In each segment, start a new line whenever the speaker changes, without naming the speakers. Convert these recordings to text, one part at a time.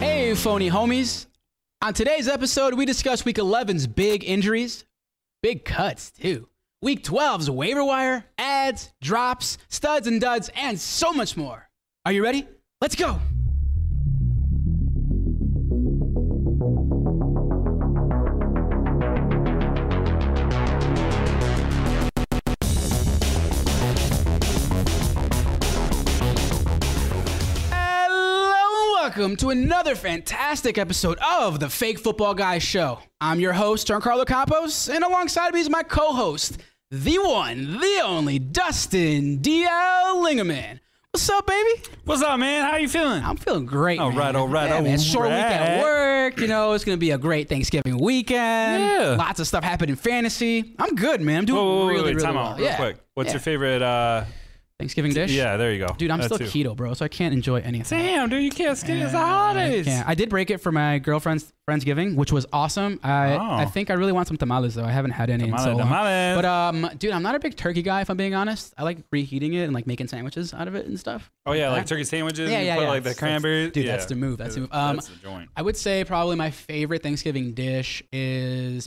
you phony homies. On today's episode, we discuss week 11's big injuries, big cuts too. Week 12's waiver wire, ads, drops, studs and duds, and so much more. Are you ready? Let's go. Hello, and welcome to another fantastic episode of the Fake Football Guys Show. I'm your host, Giancarlo Campos, and alongside me is my co-host, the one, the only, Dustin DL Lingerman. What's up, baby?
What's up, man? How you feeling?
I'm feeling great. All
right, all right, all
Short week at
right.
work. You know, it's gonna be a great Thanksgiving weekend.
Yeah.
Lots of stuff happened in fantasy. I'm good, man. I'm doing
Whoa, whoa, whoa,
really,
wait,
really
time
well.
out, real
yeah.
quick. What's
Yeah.
your favorite? uh
Thanksgiving dish?
Yeah, there you go.
Dude, I'm
That
still
too.
keto, bro, so I can't enjoy anything.
Damn, dude, you can't skip it's the holidays.
Yeah, I did break it for my girlfriend's Friendsgiving, which was awesome. I
Oh.
I think I really want some tamales though. I haven't had any in so
Tamale,
long.
tamale.
But um, dude, I'm not a big turkey guy. If I'm being honest, I like reheating it and like making sandwiches out of it and stuff.
oh yeah, like
that.
turkey sandwiches.
Yeah,
you
yeah,
put,
yeah.
Like the
That's-
cranberry.
dude,
yeah.
that's the move. That's the move. Um,
That's the joint.
I would say probably my favorite Thanksgiving dish is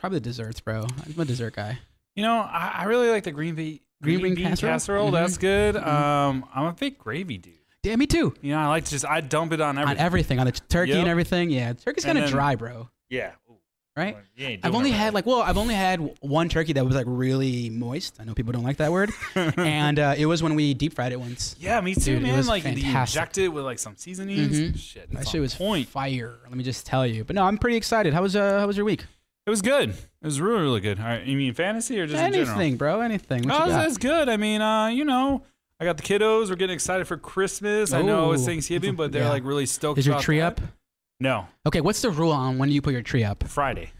probably desserts, bro. I'm a dessert guy.
You know, I, I really like the green bean
Green bean casserole? Mhm.
That's good. Um, I'm a big gravy dude.
Yeah, me too.
You know, I like to just I dump it
On
on
e-
everything.
everything, on the t- turkey
Yep.
and everything. Yeah, turkey's
And
kind of
then-
dry, bro.
yeah. Ooh,
Right?
you ain't
I've
doing
only
it
had
right.
like well, I've only had w- one turkey that was like really moist. I know people don't like that word, and uh, it was when we deep fried it once.
Yeah, me too,
Dude, it
man.
was
Like you
fantastic.
inject it with like some seasonings.
Mhm.
Shit,
That
it's
shit
on
was
point.
fire. Let me just tell you. But no, I'm pretty excited. How was uh, how was your week?
It was good. It was really, really good. All right, you mean fantasy or just in general?
anything, bro? Anything? What you
Oh,
got?
that's good. I mean, uh, you know, I got the kiddos. We're getting excited for Christmas. I know it's
Ooh.
Thanksgiving, but they're
Yeah.
like really stoked.
Is your
about
tree
that.
up?
No,
Okay, what's the rule on when you put your tree up?
Friday.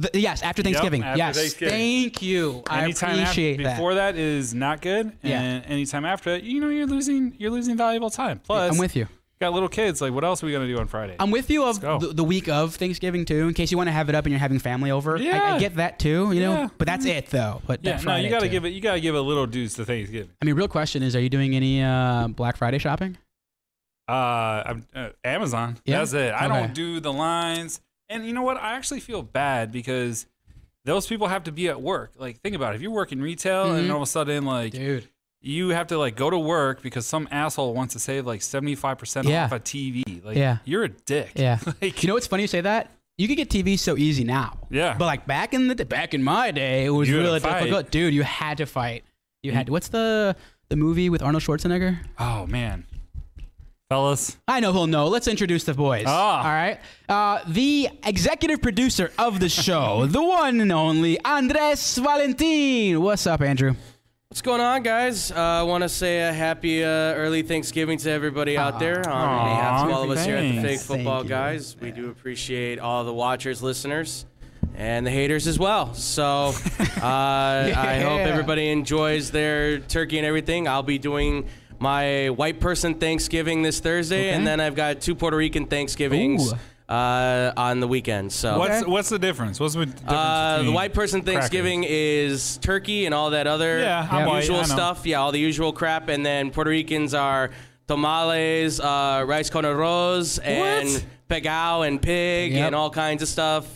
Th- yes, after Thanksgiving.
after
yes,
Thanksgiving.
thank you. I
Anytime af-
appreciate that.
before that is not good,
Yeah.
and anytime after that, you know, you're losing you're losing valuable time. Plus,
I'm with you.
got little kids. Like, what else are we gonna do on Friday?
I'm with you of
go.
the, the week of Thanksgiving too, in case you want to have it up and you're having family over. I, I
Yeah.
get that too, you know.
Yeah. Mm-hmm.
But that's it though. But that
yeah, no,
Friday,
you gotta
too.
give it. You gotta give it little dues to Thanksgiving.
I mean, real question is, are you doing any uh, Black Friday shopping?
Uh, I'm, uh Amazon.
Yeah?
That's it. I
Okay.
don't do the lines. And you know what? I actually feel bad because those people have to be at work. Like, think about it. If you work in retail and
Mm-hmm.
all of a sudden, like,
Dude,
you have to like go to work because some asshole wants to save like 75%
Yeah.
off a TV. Like,
Yeah.
you're a dick.
Yeah.
like,
you know what's funny? You say that you could get TV so easy now.
Yeah.
But like back in the d- back in my day, it was
You had to
really
fight. Mm.
difficult. Dude, you had to fight. You had to. What's the the movie with Arnold Schwarzenegger?
oh, man. Fellas.
I know he'll know. Let's introduce the boys.
Ah.
All right. Uh, the executive producer of the show, the one and only Andres Valentin. What's up, Andrew?
What's going on, guys? Uh, I want to say a happy uh, early Thanksgiving to everybody out there. On behalf of all of us here at the Fake
thanks.
Football
Thank you.
Guys, we do appreciate all the watchers, listeners, and the haters as well. So uh, I hope
Yeah.
everybody enjoys their turkey and everything. I'll be doing my white person Thanksgiving this Thursday,
Okay.
and then I've got two Puerto Rican Thanksgivings uh, on the weekend. So
What's, what's the difference? What's the difference?
uh, the
between
white person
crackers?
Thanksgiving is turkey and all that other
Yeah, I'm white,
usual
I know.
stuff. Yeah, all the usual crap. And then Puerto Ricans are tamales, uh, rice con arroz, and pegao and pig
Yep.
and all kinds of stuff.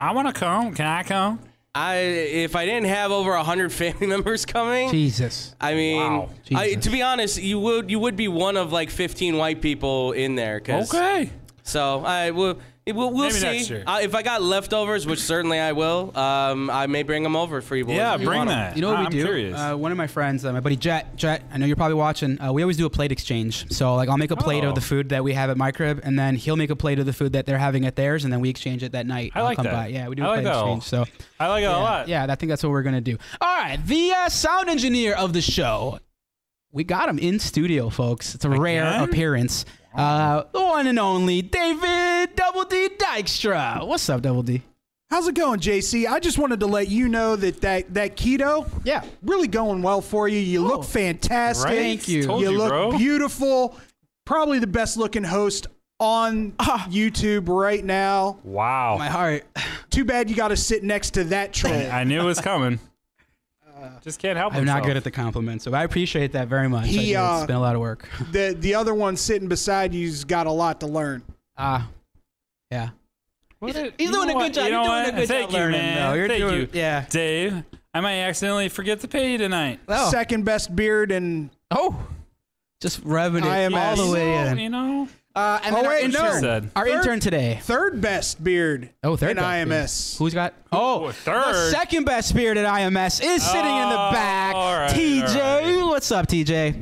I want to come. Can I come?
I if I didn't have over hundred family members coming,
Jesus.
I mean,
Wow.
I,
Jesus.
to be honest, you would you would be one of like fifteen white people in there. 'cause-
Okay.
so I will. We'll, we'll
Maybe
see.
next year.
Uh, if I got leftovers, which certainly I will, um, I may bring them over for you boys.
Yeah,
if you
bring
want 'em.
that.
You know what
I-
we
I'm
do?
Curious.
Uh, one of my friends, uh, my buddy Jet. Jet, I know you're probably watching. Uh, we always do a plate exchange. So like, I'll make a plate
Oh.
of the food that we have at my crib, and then he'll make a plate of the food that they're having at theirs, and then we exchange it that night.
I
I'll
like
come
that.
by. Yeah, we do a
I like
plate
that
exchange. So
I like it a lot.
Uh, yeah, I think that's what we're gonna do. All right, the uh, sound engineer of the show. We got him in studio, folks. It's a rare
Again?
appearance. Uh, the one and only David Double D Dykstra. What's up, Double D?
How's it going, JC? I just wanted to let you know that that, that keto,
Yeah.
really going well for you. You
Oh.
look fantastic.
Right?
Thank you.
Told
You
you,
look
bro.
beautiful. Probably the best looking host on
Ah.
YouTube right now.
Wow.
My heart.
Too bad you got to sit next to that troll.
I knew it was coming. Just can't help it.
Uh, I'm not good at the compliments, so I appreciate that very much. I
He,
do.
uh,
it's been a lot of work.
the the other one sitting beside you's got a lot to learn.
Ah, yeah.
What a-
he's doing
you know
a good
what?
job.
You
You're
know
doing a
what?
good job
Thank you,
learning,
man.
though. You're
Thank
doing-
you.
yeah.
Dave, I might accidentally forget to pay you tonight.
Oh,
Second best beard and
oh. just rubbing it all
IMS.
the way
So,
in.
You know,
Uh, and then
Oh,
our
wait,
intern,
no.
our intern today.
third best beard.
Oh, third
in
best beard.
IMS.
Who's got? Oh,
Oh, third?
The second best beard at IMS is sitting in the
Oh,
back.
all right,
TJ,
all right.
what's up, TJ?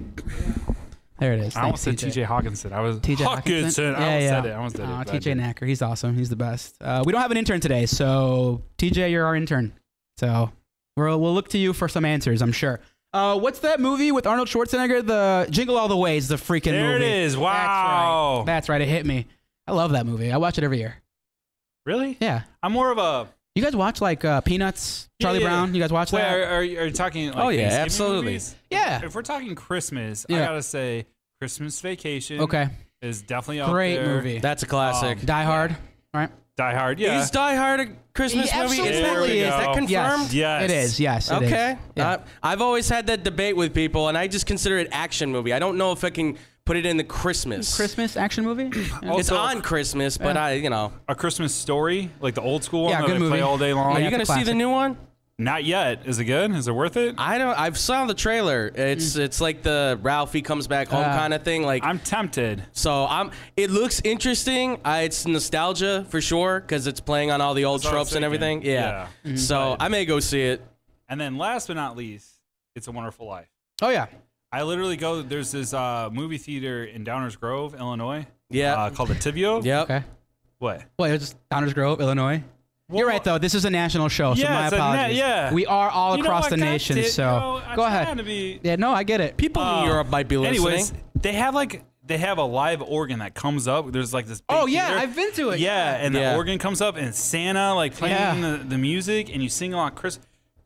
There it is.
I almost said
Thanks,
TJ Hawkinson. I was
TJ
Hawkinson.
Hockenson?
I almost said it. I almost did
Uh,
it. but I
TJ
didn't.
Knacker, he's awesome. He's the best. Uh, we don't have an intern today, so TJ, you're our intern. So we'll we'll look to you for some answers, I'm sure. Uh, what's that movie with Arnold Schwarzenegger? The Jingle All the Way is the freaking
There it
movie.
is.
That's
Wow.
right. That's right. It hit me. I love that movie. I watch it every year.
Really?
Yeah.
I'm more of a.
You guys watch like uh, Peanuts,
Yeah,
Charlie
yeah.
Brown? You guys watch
Wait,
that?
are, are, you- are you talking? Like
Oh, yeah,
Thanksgiving
absolutely.
movies?
Yeah.
If we're talking Christmas, I
Yeah.
gotta say Christmas Vacation.
Okay.
Is definitely up
Great
there.
movie.
That's a classic.
Die Hard. Right.
Die Hard. Yeah.
Is Die Hard a Christmas
It
movie?
absolutely
Is that,
is.
is that confirmed?
Yes.
Yes.
It is. Yes. it is.
Okay.
Yeah.
Uh, I've always had that debate with people, and I just consider it action movie. I don't know if I can put it in the Christmas.
Christmas action movie.
Also,
It's on Christmas, but I, you know.
a Christmas story, like the old school
Yeah,
one that
good
they
movie.
play all day long.
Yeah,
Are you
it's a
gonna see the
classic.
new one?
Not yet. Is it good? Is it worth it?
I don't. I've saw the trailer. It's it's like the Ralphie comes back home
Uh,
kind of thing. Like
I'm tempted.
so, I'm. It looks interesting. I, it's nostalgia for sure because it's playing on all the old
That's what I was
tropes and
thinking.
everything. Yeah.
Yeah.
Mm-hmm.
So I may go see it.
And then last but not least, it's a wonderful life.
Oh yeah.
I literally go. There's this uh, movie theater in Downers Grove, Illinois.
Yeah.
Uh, called the Tibio.
Yep.
Okay.
What?
Well, it was just Downers Grove, Illinois. You're right though. This is a national show, so
Yeah,
my
it's a na-
apologies.
yeah.
We are all
You know,
across
I
the
got
nation,
it,
so
you know, I'm
go
trying
ahead.
to be-
Yeah, no, I get it.
People in Europe might be listening.
Uh, Anyways, they have like they have a live organ that comes up. There's like this. Big
Oh, yeah,
theater.
I've been to it,
Yeah,
yeah.
and
Yeah.
the organ comes up and Santa like playing
Yeah.
the, the music and you sing along. Chris,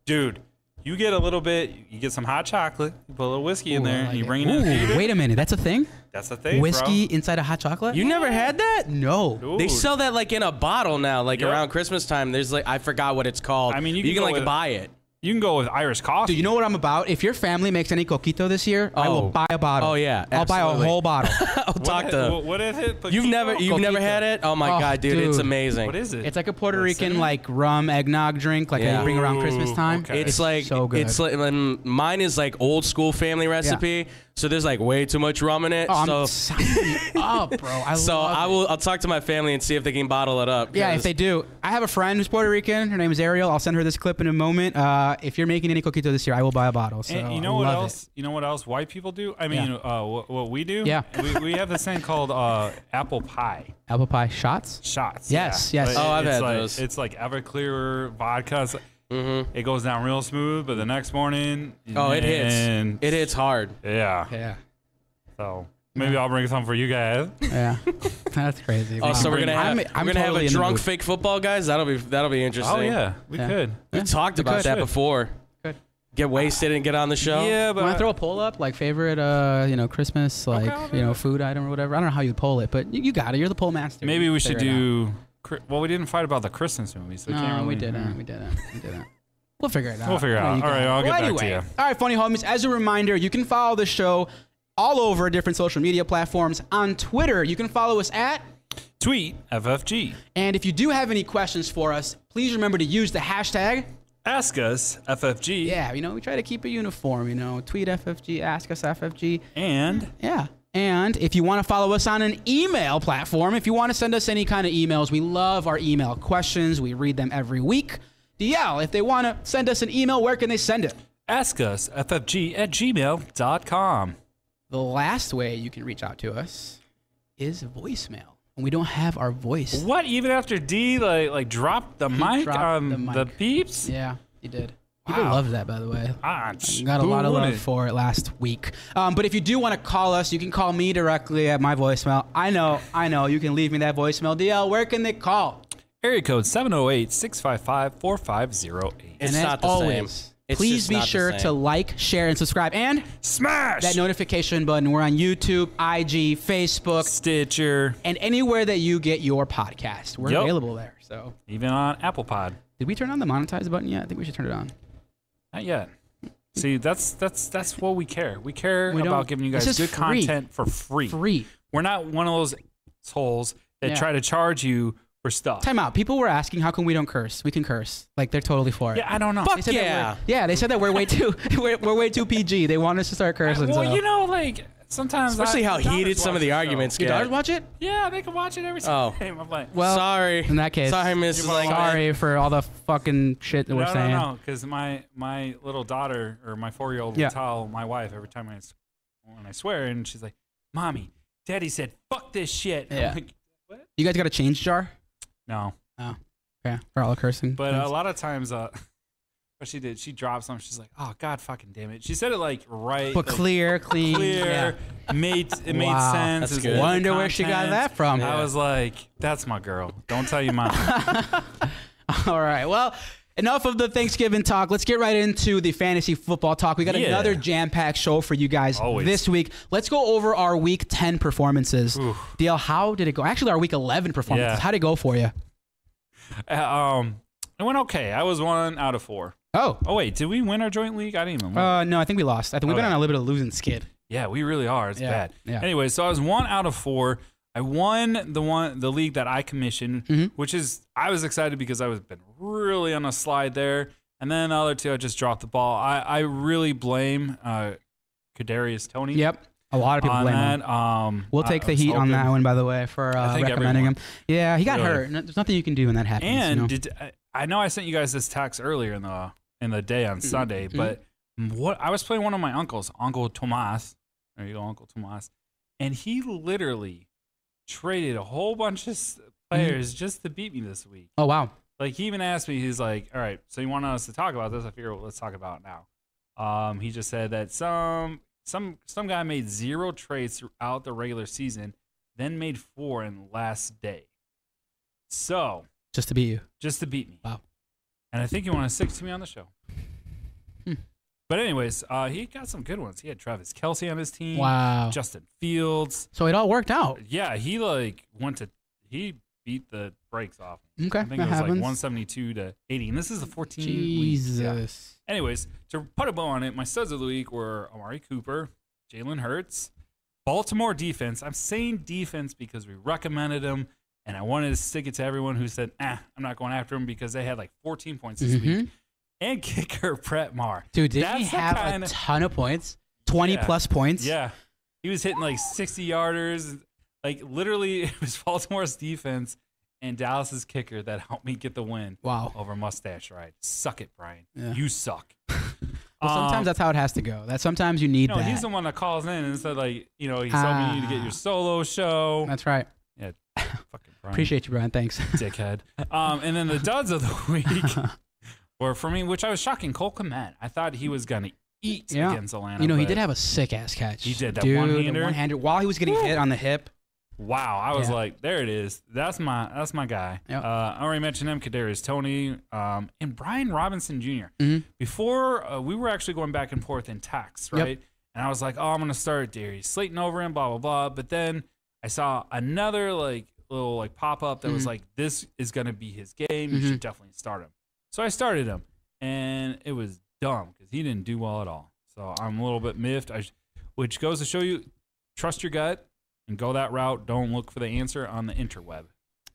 dude, you get a little bit. You get some hot chocolate. You put a little whiskey in
Ooh, I
there.
like
and you
it.
bring it. in the
Ooh,
theater.
wait a minute. That's a thing.
That's the thing.
Whiskey inside a hot chocolate.
you never had that?
no.
Bro.
They
Ooh.
sell that like in a bottle now, like
Yep.
around Christmas time. There's like I forgot what it's called.
I mean, you
But
can
can
go
like
with-
buy it.
You can go with Irish coffee.
Do you know what I'm about? If your family makes any coquito this year, I will
Oh.
buy a bottle.
Oh, yeah,
I'll buy a
absolutely.
whole bottle.
I'll talk
what,
to.
what- what is it?
you've never you've
Coquito?
never had it? Oh my
Oh,
god, dude, it's
dude.
amazing.
What is it?
it's like a Puerto
Is it
Rican
cinnamon?
like rum eggnog drink, like
Yeah.
I bring around Christmas
Ooh,
time.
okay.
It's like
so good.
it's like um, mine is like old school family recipe. So there's like way too much rum in it.
oh, I'm
so
signing up, bro. I
so
love
I
it.
will I'll talk to my family and see if they can bottle it up.
Yeah,
'cause-
if they do. I have a friend who's Puerto Rican. Her name is Ariel. I'll send her this clip in a moment. Uh, if you're making any coquito this year, I will buy a bottle. So
And you
I
know what
love it.
else? You know what else white people do? I mean, uh, what, what we do?
Yeah.
We, we have this thing called uh, apple pie
Apple pie shots.
shots.
Yes, yes.
But
Oh,
I've
it's
had
like,
those. Mm-hmm.
It's like Everclear vodka. It's like- It goes down real smooth, but the next morning.
Oh, it hits.
man,
It hits hard.
Yeah.
Yeah,
So maybe I'll bring some for you guys.
yeah. That's crazy.
Oh, so we're gonna have
I'm-
we're
I'm
gonna
totally
have
in
a
the
drunk
mood.
fake football guys. That'll be that'll be interesting.
Oh yeah, we could.
we talked about
could.
that before.
Good.
Get wasted and get on the show.
Yeah, but
When I throw a poll up, like favorite, uh, you know, Christmas, like
I'll do
you know,
that.
food item or whatever. I don't know how you poll it, but you, you got it. You're the poll master.
maybe
You
we
figure
should
it out.
do. Chri- Well, we didn't fight about the Christmas movies. So we can't
No,
really,
we didn't. We didn't. We didn't. We'll figure it out.
We'll figure it
No,
out.
you
All
got
right,
it.
I'll get
well,
back to
anyway.
you.
All right, funny homies. As a reminder, you can follow the show all over different social media platforms. On Twitter, you can follow us at.
Tweet FFG.
And if you do have any questions for us, please remember to use the hashtag.
Ask us FFG.
Yeah, you know, we try to keep it uniform. You know, tweet FFG, ask us FFG.
And
Yeah. And if you want to follow us on an email platform, if you want to send us any kind of emails, we love our email questions. We read them every week. DL, if they want to send us an email, where can they send it?
ask us FFG at gmail.com.
The last way you can reach out to us is voicemail. And we don't have our voice.
What? Even after D like like dropped the mic
dropped
on
the
the,
mic.
peeps?
Yeah, you did. People
Wow.
loved that, by the way.
Ah,
Got a
who
lot of love
wouldn't?
for it last week. Um, but if you do want to call us, you can call me directly at my voicemail. I know, I know. You can leave me that voicemail. DL, where can they call?
Area code 708 655 4508.
It's
and as
not the
always,
same. It's
please
just
be
not the
sure to
same.
like, share, and subscribe, and
Smash!
that notification button. We're on YouTube, IG, Facebook,
Stitcher,
and anywhere that you get your podcast. We're
Yep.
available there. So,
even on Apple Pod.
did we turn on the monetize button yet? I think we should turn it on.
Not yet. See, that's that's that's what we care. We care
We don't-
about giving you
this
guys
is
good
free.
content for free.
Free.
We're not one of those assholes that
Yeah.
try to charge you for stuff.
Time out. People were asking, how come we don't curse? We can curse. Like they're totally for it.
Yeah, I don't know.
They
Fuck
said that
yeah.
we're- yeah, they said that we're way too we're, we're way too PG. They want us to start cursing.
Well,
so.
you know, like sometimes,
Especially
I,
how
my daughters
heated some
watch
of the
show.
arguments
your
get.
daughters watch it?
Yeah, they can watch it every
Oh.
single time. I'm like,
Well,
sorry.
in that case,
Sorry, Mrs. Langman.
sorry for all the fucking shit that we're
no,
saying.
no, no, because my my little daughter or my four year old
Yeah.
will tell my wife every time I s- when I swear, and she's like, "Mommy, Daddy said fuck this shit." I'm
Yeah.
like,
You guys got a change jar?
no,
Okay, we're all cursing.
but
things.
a lot of times, uh, what she did, she dropped something. She's like, "Oh God, fucking damn it!" She said it like right,
but
like,
clear, clean, yeah.
clear, made it made
Wow.
sense.
That's
it's
good.
in the
Wonder where she got that
content.
from.
I was like, "That's my girl." Don't tell your mom.
All right. Well, enough of the Thanksgiving talk. Let's get right into the fantasy football talk. We got
Yeah.
another jam-packed show for you guys
Always.
this week. Let's go over our week 10 performances.
Oof.
Dale, how did it go? Actually, our week 11 performances.
Yeah.
How'd it go for you?
Uh, um, it went okay. I was one out of four.
Oh.
Oh wait, did we win our joint league? I didn't even. Win.
Uh, no, I think we lost. I think we've been
Okay.
on a little bit of losing skid.
Yeah, we really are. It's
Yeah,
bad.
yeah.
Anyway, so I was one out of four. I won the one the league that I commissioned,
Mm-hmm.
which is I was excited because I was been really on a slide there. And then the other two, I just dropped the ball. I, I really blame uh, Kadarius Tony.
Yep. A lot of people
Mm-hmm. on
blame him.
that. Um,
We'll
I-
take
I
the
was
heat on
hoping-
that one, by the way, for uh,
I think
recommending
everyone.
him. Yeah, he got
Really.
hurt. No- There's nothing you can do when that happens. you
And
know?
did I, I know I sent you guys this text earlier in the in the day
Mm-hmm.
on Sunday, but what I was playing one of my uncles, Uncle Tomas. There you go, Uncle Tomas, and he literally traded a whole bunch of s-
Mm-hmm.
players just to beat me this week.
oh wow.
Like he even asked me, he's like, "All right, so you want us to talk about this? I figure well, let's talk about it now." Um, he just said that some some some guy made zero trades throughout the regular season, then made four in last day. So
Just to beat you.
just to beat me.
Wow.
And I think you want to stick to me on the show.
Hmm.
But anyways, uh, he got some good ones. He had Travis Kelsey on his team.
Wow.
Justin Fields.
So it all worked out.
Yeah, he like went to he beat the brakes off.
Okay,
I think
that
it was like
happens.
172 to 80. And this is the 14 week- yeah.
Jesus.
Anyways, to put a bow on it, my studs of the week were Amari Cooper, Jalen Hurts, Baltimore defense. I'm saying defense because we recommended him, and I wanted to stick it to everyone who said, "Ah, I'm not going after him," because they had like 14 points this week. And kicker Brett Maher,
Mm-hmm. Dude, did
That's
he
the
have
kinda-
a ton of points? 20
Yeah.
plus points?
Yeah, he was hitting like 60 yarders. Like literally, it was Baltimore's defense and Dallas's kicker that helped me get the win.
Wow.
Over mustache ride. Suck it, Brian.
Yeah.
You suck.
Well, sometimes
Um,
that's how it has to go. That sometimes you need
No,
that. Ah.
he's the one that calls in and said like, you know, he told me you need to get your solo show.
that's right.
yeah, fucking Brian,
Appreciate you, Brian. Thanks.
dickhead. Um, and then the duds of the week were for me, which I was shocking. Cole Komet. I thought he was gonna eat
Yeah.
against Atlanta.
you know, he
but
did have a sick ass catch.
He did, that
Dude,
one-hander.
The one-hander while he was getting hit on the hip.
Wow, I was
Yeah.
like, there it is. That's my that's my guy.
Yep.
Uh, I already mentioned him, Kadarius Tony, um, and Brian Robinson junior
Mhm.
Before uh, we were actually going back and forth in text,
Yep.
right? And I was like, oh, I'm gonna start Darius Slayton over him, blah blah blah. But then I saw another like little like pop up that was
Mm-hmm.
like, this is gonna be his game. You should definitely start him. So I started him, and it was dumb because he didn't do well at all. So I'm a little bit miffed. I, sh- which goes to show you, trust your gut and go that route. Don't look for the answer on the interweb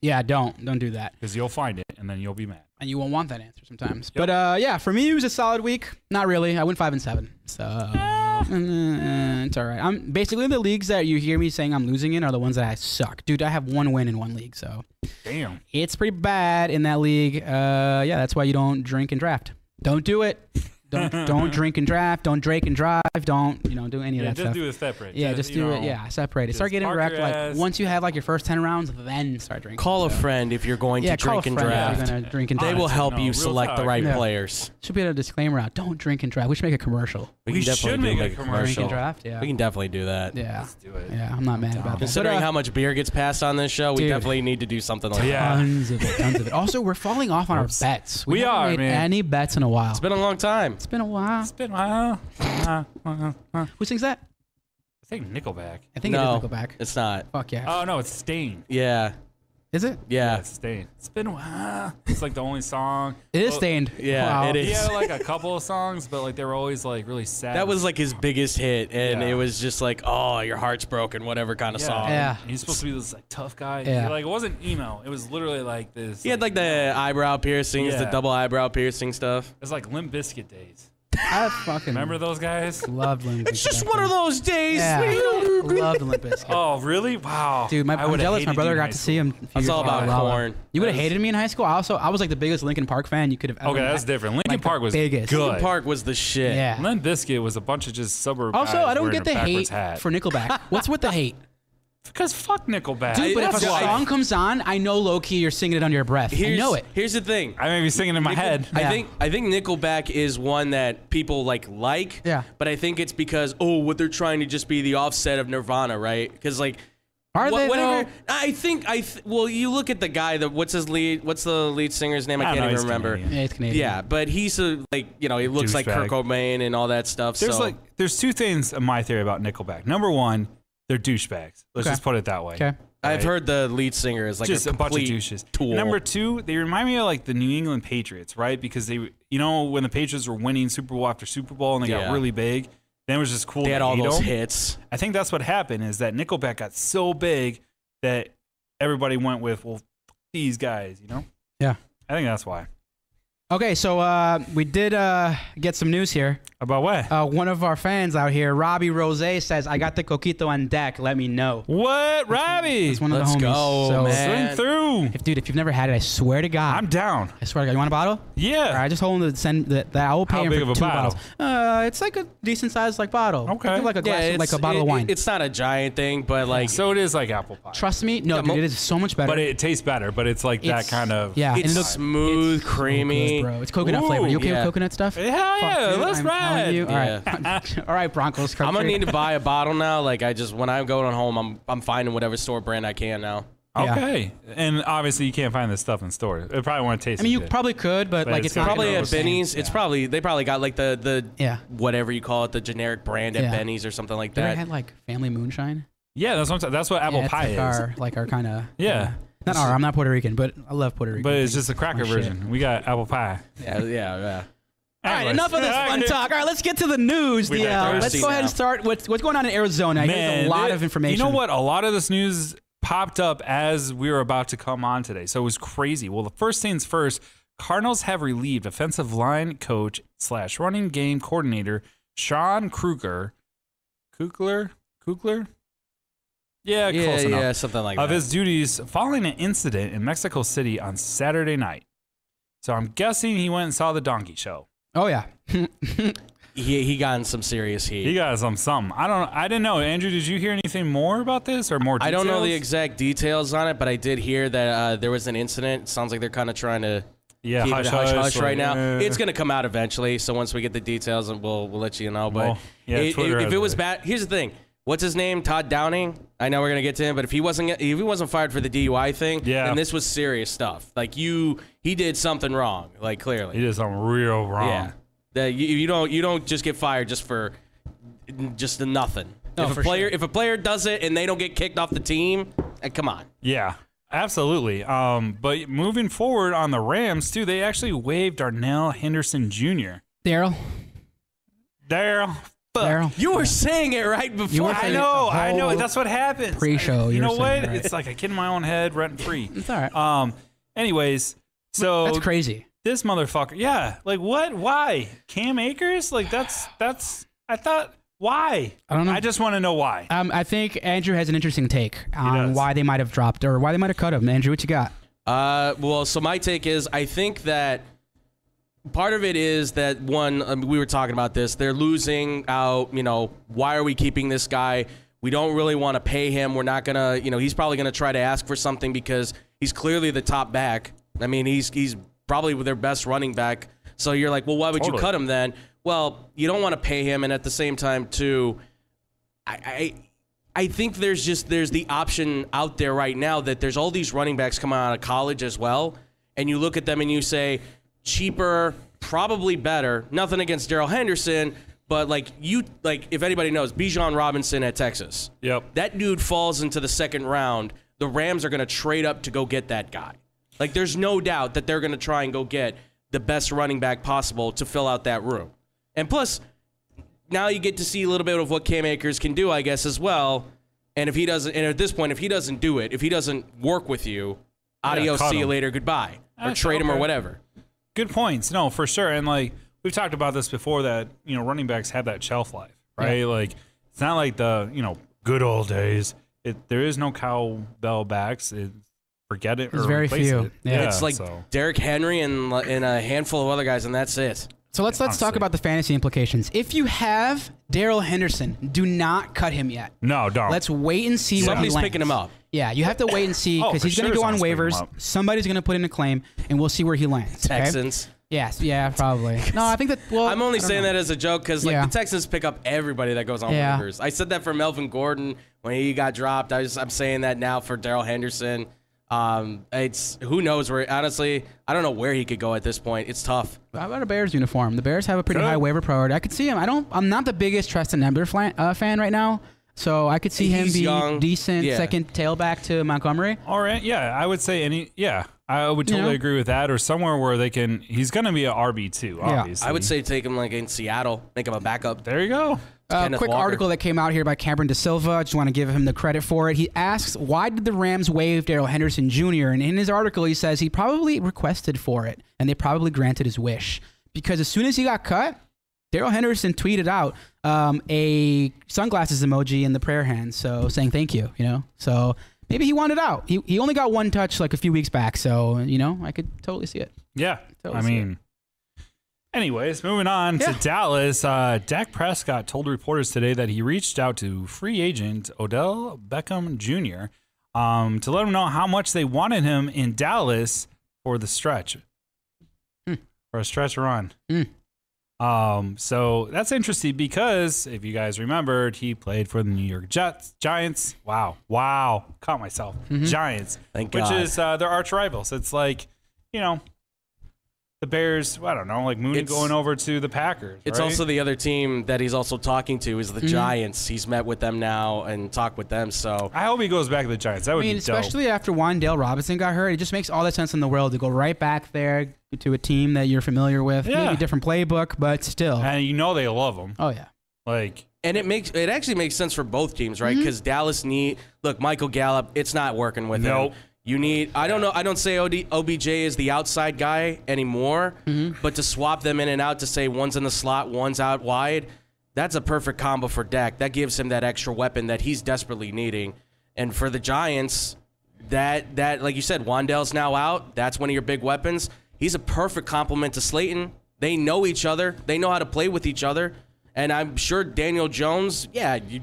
Yeah, don't. Don't do that.
because you'll find it and then you'll be mad.
And you won't want that answer sometimes. But uh, yeah, for me, it was a solid week. Not really. I went 5 and 7. So.
Ah.
Mm, It's all right. I'm basically the leagues that you hear me saying I'm losing in are the ones that I suck, dude. I have one win in one league, so
Damn.
it's pretty bad in that league. Uh, yeah, that's why you don't drink and draft. Don't do it. Don't don't drink and draft. Don't drink and drive. Don't you know do any of
Yeah,
that
just
stuff.
do it separate.
yeah, just
Uh, you
do it.
know,
Yeah, separate it. Start
just
getting
park
direct.
your
Like
ass.
once you have like your first ten rounds, then start drinking.
Call a friend if you're going
yeah,
to drink
call a
and
friend if
draft.
you're gonna drink and
They
draft.
will
Honestly,
help
no,
you
real
select the
talk.
right
Yeah.
players.
Should be a disclaimer out. Don't drink and drive. We should make a commercial.
We
can
should
definitely do
make a
Drink
commercial.
and draft. Yeah.
We can definitely do that.
yeah.
Do it.
Yeah. I'm not mad about that.
Considering how much beer gets passed on this show, we
Dude.
definitely need to do something like that.
Yeah.
Tons of it, tons of it. Also, we're falling off on our bets.
We
haven't
are,
made
man.
any bets in a while. It's
It's been a long time.
been a while.
It's been a while. Uh, uh, uh, uh.
Who sings that?
I think Nickelback.
I think it
no,
is Nickelback.
it's not.
Fuck yeah.
Oh no, it's Stain.
Yeah.
Is it?
Yeah.
It's stained. It's been a while. It's like the only song.
It is
Well,
stained.
yeah, it
He
is.
had like a couple of songs, but like they were always like really sad.
That was like his biggest hit, and
Yeah.
it was just like, oh, your heart's broken, whatever kind of song.
Yeah.
He's supposed to be this like tough guy.
Yeah.
He, like it wasn't emo. It was literally like this.
He had like the eyebrow piercings, the
Yeah.
double eyebrow piercing stuff.
it's like Limp Biscuit days.
I fucking
Remember those guys?
loved Limp Bizkit.
It's just one of those days.
Yeah. loved Limp Bizkit.
oh really? Wow.
Dude, my,
I
I'm
would've
jealous. My
hated
brother
you in
got
high
to see him.
It's all about corn.
You would have
That is-
hated me in high school. I also, I was like the biggest Linkin Park fan you could have ever.
Okay, that's different. Linkin
Like the
Park was
biggest.
good.
Linkin Park was the shit.
Yeah.
Limp Biscuit was a bunch of just suburb.
Also,
guys
I don't
wearing
get
a
the hate
backwards hat.
for Nickelback. What's with the hate?
because fuck Nickelback.
Dude, but if a
That's why-
song comes on, I know low key you're singing it under your breath. I
Here's,
know it.
Here's the thing.
I may be singing in my head.
I
Yeah.
think I think Nickelback is one that people like like.
Yeah.
But I think it's because oh, what they're trying to just be the offset of Nirvana, right? Because like.
Are
wha-
they
whatever,
though?
I think I th- well, you look at the guy. The what's his lead? What's the lead singer's name? I,
I don't
can't
know,
even
he's
remember.
Canadian.
Yeah, it's Canadian.
Yeah, but he's a, like you know he looks like Kurt
Douchebag.
Cobain and all that stuff.
There's
so
like there's two things in my theory about Nickelback. Number one, they're douchebags. Let's
Okay.
just put it that way.
Okay.
I've
right?
heard the lead singer is like
just
a,
a, bunch of
complete
douches.
Tool.
Number two, they remind me of like the New England Patriots, right? Because they, you know, when the Patriots were winning Super Bowl after Super Bowl and they
Yeah.
got really big, then it was just cool.
they
to
had all
hate
those
'em.
hits.
I think that's what happened is that Nickelback got so big that everybody went with, well, f- these guys, you know?
Yeah.
I think that's why.
Okay, so uh, we did uh, get some news here.
About what?
Uh, one of our fans out here, Robbie Rose, says, "I got the coquito on deck. Let me know."
what, Robbie?
He's one of
Let's
the homies.
go,
so,
Swing
man.
through.
If, dude, if you've never had it, I swear to God,
I'm down.
I swear to God, you want a bottle? All
Yeah.
right, just hold him to send that. that I will pay
How
him
big
for
of a
two
bottle?
bottles. Uh, it's like a decent sized like bottle.
Okay.
Think of like a glass,
it's-
like a bottle
it-
of wine.
It's not a giant thing, but like
So it is like apple pie.
Trust me, no,
Yeah,
dude,
mo-
it is so much better.
But it tastes better, but it's like that
It's-
kind of.
yeah, and
it's
it looks
smooth,
good,
creamy.
bro. It's coconut
Ooh,
flavor. You okay with
yeah.
coconut stuff?
Hell yeah,
dude,
let's
I'm telling
ride.
you. All right, all right, Broncos.
I'm gonna
country.
need to buy a bottle now. Like I just when I'm going home, I'm I'm finding whatever store brand I can now.
Yeah.
Okay. And obviously, you can't find this stuff in stores. It probably won't taste.
I mean,
as
you
good.
probably could, but,
But
like
it's
it's, not
gotta
gonna
be
Probably
be
at
the same.
Benny's. It's probably they probably got like the the
Yeah.
whatever you call it, the generic brand at
Yeah.
Benny's or something like
You ever
that.
had like family moonshine?
Yeah, that's what I'm saying. That's what apple
yeah, it's
pie
like
is.
Our, like our kind of.
Yeah.
Not our. I'm not Puerto Rican, but I love Puerto Rican.
But it's
things.
just a cracker
my shit.
version. We got apple pie.
yeah, yeah, yeah.
All right,
Anyways.
enough of this fun talk. All right, let's get to the news.
We
DL.
got
Let's
thirsty
go ahead
now.
and start with what's going on in Arizona. I hear there's
Man,
a lot
it-
of information.
You know what? A lot of this news popped up as we were about to come on today, so it was crazy. Well, the first things first. Cardinals have relieved offensive line coach slash running game coordinator Sean Kruger, Kugler, Kugler. Yeah,
Yeah,
close
yeah,
enough.
something like
of
that.
his duties following an incident in Mexico City on Saturday night. So I'm guessing he went and saw the donkey show.
Oh yeah.
he he got in some serious heat.
He got some something. I don't. I didn't know. Andrew, did you hear anything more about this or more?
I
Details?
don't know the exact details on it, but I did hear that uh, there was an incident. It sounds like they're kind of trying to
Yeah,
keep
hush,
it hush hush,
hush, like,
right now.
uh,
it's gonna come out eventually. So once we get the details, and we'll we'll let you know. But
Well, yeah,
i- i-
Twitter
if
has
it was
it.
bad, here's the thing. What's his name? Todd Downing. I know we're gonna get to him, but if he wasn't if he wasn't fired for the DUI thing,
Yeah.
then this was serious stuff. Like you, he did something wrong. Like clearly,
He did something real wrong.
yeah. That you, you don't you don't just get fired just for just the nothing.
No,
if
for
a player if a player does it and they don't get kicked off the team, eh, come on.
Yeah, absolutely. Um, but moving forward on the Rams too, they actually waived Darnell Henderson Jr.
Daryl.
Daryl. fuck.
Daryl.
You were saying it right before.
were
I
saying-
know,
the
I know.
whole
That's what happens.
pre-show,
you
you were
know
saying,
what?
right?
It's like I kid in my own head, rent free.
It's all right.
Um. Anyways, so
That's crazy.
this motherfucker. Yeah. Like what? Why? Cam Akers? Like that's that's. I thought why?
I don't know.
I just want to know why.
Um, I think Andrew has an interesting take on
does.
why they might have dropped or why they might have cut him. Andrew, what you got?
Uh, well, so my take is I think that part of it is that one um, we were talking about this. They're losing out. You know, why are we keeping this guy? We don't really want to pay him. We're not gonna. You know, he's probably gonna try to ask for something because he's clearly the top back. I mean, he's he's probably their best running back. So you're like, well, why would you
Totally.
cut him then? Well, you don't want to pay him, and at the same time, too, I, I I think there's just there's the option out there right now that there's all these running backs coming out of college as well, and you look at them and you say cheaper, probably better. Nothing against Daryl Henderson, but like you like if anybody knows Bijan Robinson at Texas,
Yep.
that dude falls into the second round. the Rams are going to trade up to go get that guy. Like, there's no doubt that they're going to try and go get the best running back possible to fill out that room. And plus, now you get to see a little bit of what Cam Akers can do, I guess, as well. And if he doesn't, and at this point, if he doesn't do it, if he doesn't work with you, adios,
cut
see you
him.
later, goodbye, or
That's
trade him or
okay.
whatever.
Good points. No, for sure. And like we've talked about this before that, you know, running backs have that shelf life, right? Like it's not like the, you know, good old days. It, there is no cowbell backs. It, forget it.
There's
or
very
replace
few.
It.
Yeah.
It's like
so.
Derrick Henry and and a handful of other guys, and that's it.
So let's let's talk
honestly.
about the fantasy implications. If you have Daryl Henderson, do not cut him yet.
no, don't.
Let's wait and see. where he
Somebody's
lands.
picking him up.
Yeah, you have to wait and see
Oh,
because
for
he's going to
sure
go on
someone's picking him
waivers.
up.
Somebody's going to put in a claim, and we'll see where he lands. okay?
Texans.
Yes. Yeah. Probably. No, I think that. Well,
I'm only
I don't
saying
know.
that as a joke because like
Yeah.
the Texans pick up everybody that goes on
Yeah.
waivers. I said that for Melvin Gordon when he got dropped. I was, I'm saying that now for Daryl Henderson. Um, it's who knows where. Honestly, I don't know where he could go at this point. It's tough.
How about a Bears uniform? The Bears have a pretty
Good.
high waiver priority. I could see him. I don't. I'm not the biggest Tristan Ebner flan, uh, fan right now, so I could see him
He's
be
young.
decent
Yeah.
second tailback to Montgomery.
All right. Yeah, I would say any. Yeah, I would totally
Yeah.
agree with that. Or somewhere where they can. He's going to be a RB two. Obviously.
I would say take him like in Seattle, make him a backup.
There you go.
A
Kenneth
Uh, quick
Walker.
article that came out here by Cameron De Silva. I just want to give him the credit for it. He asks, why did the Rams waive Daryl Henderson Jr.? And in his article, he says he probably requested for it, and they probably granted his wish. Because as soon as he got cut, Daryl Henderson tweeted out um, a sunglasses emoji in the prayer hand, so saying thank you, you know? So maybe he wanted out. He, he only got one touch like a few weeks back, so, you know, I could totally see it.
Yeah.
Totally
I
see
mean. Anyways, moving on
Yeah.
to Dallas. Uh, Dak Prescott told reporters today that he reached out to free agent Odell Beckham Jr. Um, to let him know how much they wanted him in Dallas for the stretch, for a stretch run.
Hmm.
Um, so that's interesting because if you guys remembered, he played for the New York Jets, Giants. Wow, wow, caught myself.
Mm-hmm.
Giants,
Thank
which
God.
is uh, their arch rivals. It's like you know, the Bears. I don't know, like Mooney
It's-
going over to the Packers.
It's
right?
also the other team that he's also talking to is the
Mm-hmm.
Giants. He's met with them now and talked with them. So
I hope he goes back to the Giants. That
I
would
mean,
be dope.
especially after Wandale Robinson got hurt, it just makes all the sense in the world to go right back there to a team that you're familiar with.
Yeah.
Maybe different playbook, but still.
and you know they love him.
oh yeah.
Like
And it makes it actually makes sense for both teams, right?
Mm-hmm.
Because Dallas need look Michael Gallup. It's not working with
Nope.
him. You need. I don't know. I don't say OD, OBJ is the outside guy anymore,
Mm-hmm.
but to swap them in and out to say one's in the slot, one's out wide, that's a perfect combo for Dak. That gives him that extra weapon that he's desperately needing. And for the Giants, that that like you said, Wandell's now out. That's one of your big weapons. He's a perfect complement to Slayton. They know each other. They know how to play with each other. And I'm sure Daniel Jones, yeah, you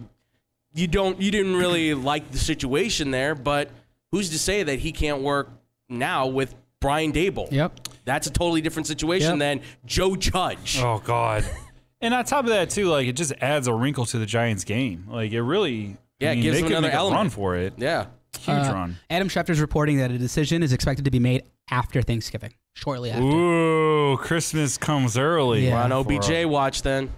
you don't you didn't really like the situation there, but who's to say that he can't work now with Brian Dable?
Yep.
That's a totally different
Yep.
situation than Joe Judge.
Oh God. and on top of that too, like it just adds a wrinkle to the Giants game. Like it really
Yeah,
I
it
mean,
gives
they
them
could
another
make
element.
a run for it.
Yeah.
Huge
Uh,
run.
Adam Schefter's reporting that a decision is expected to be made after Thanksgiving, shortly after.
Ooh, Christmas comes early.
Yeah.
We're on
For-
OBJ watch then.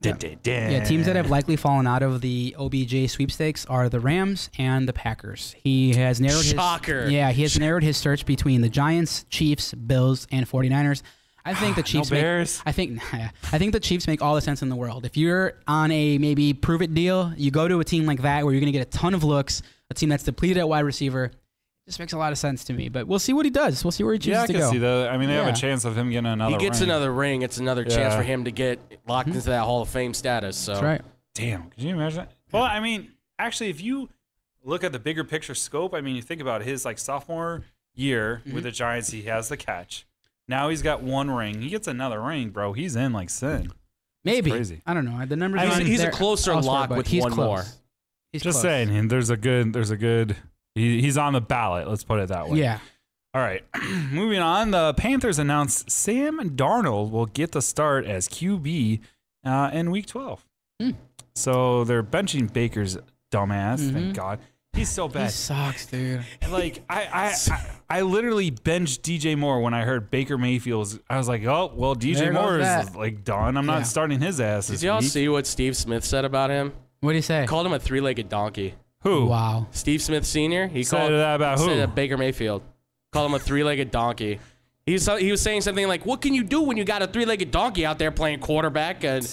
Yeah, teams that have likely fallen out of the OBJ sweepstakes are the Rams and the Packers. He has narrowed his
Shocker.
Yeah, he has narrowed his search between the Giants, Chiefs, Bills, and 49ers. I think the Chiefs make-
Bears.
I think I think the Chiefs make all the sense in the world. If you're on a maybe prove it deal, you go to a team like that where you're going to get a ton of looks, a team that's depleted at wide receiver. This makes a lot of sense to me, but we'll see what he does. We'll see where he chooses
Yeah, I
to
can
go.
see that. I mean, they
Yeah.
have a chance of him getting another.
He gets
ring.
another ring. It's another chance
Yeah.
for him to get locked into that Hall of Fame status. So
Mm-hmm. That's right.
Damn, could you imagine? That? Well, I mean, actually, if you look at the bigger picture scope, I mean, you think about his like sophomore year with the Giants, he has the catch. Now he's got one ring. He gets another ring, bro. He's in like sin.
Maybe
crazy.
I don't know. The numbers.
He's-
aren't
he's a
there
closer
elsewhere,
lock
but
with
he's
one
close.
more.
He's
Just
close.
saying, and there's a good, there's a good. He, he's on the ballot. Let's put it that way.
Yeah.
All right. Moving on, the Panthers announced Sam Darnold will get the start as QB uh, in Week 12. So they're benching Baker's dumbass. Thank God. Mm-hmm. He's so
He
bad.
sucks, dude.
like I, I, I, I literally benched DJ Moore when I heard Baker Mayfield's. I was like, oh well,
There
DJ
goes
Moore is
that.
like done. I'm not
Yeah.
starting his ass.
Did
This
y'all
week.
see what Steve Smith said about him?
What do you say?
Called him a three-legged donkey.
Who?
Wow.
Steve Smith Sr. He
Said
called
that about who?
Said that Baker Mayfield. Called him a three-legged donkey. He was, he was saying something like, "What can you do when you got a three-legged donkey out there playing quarterback?" And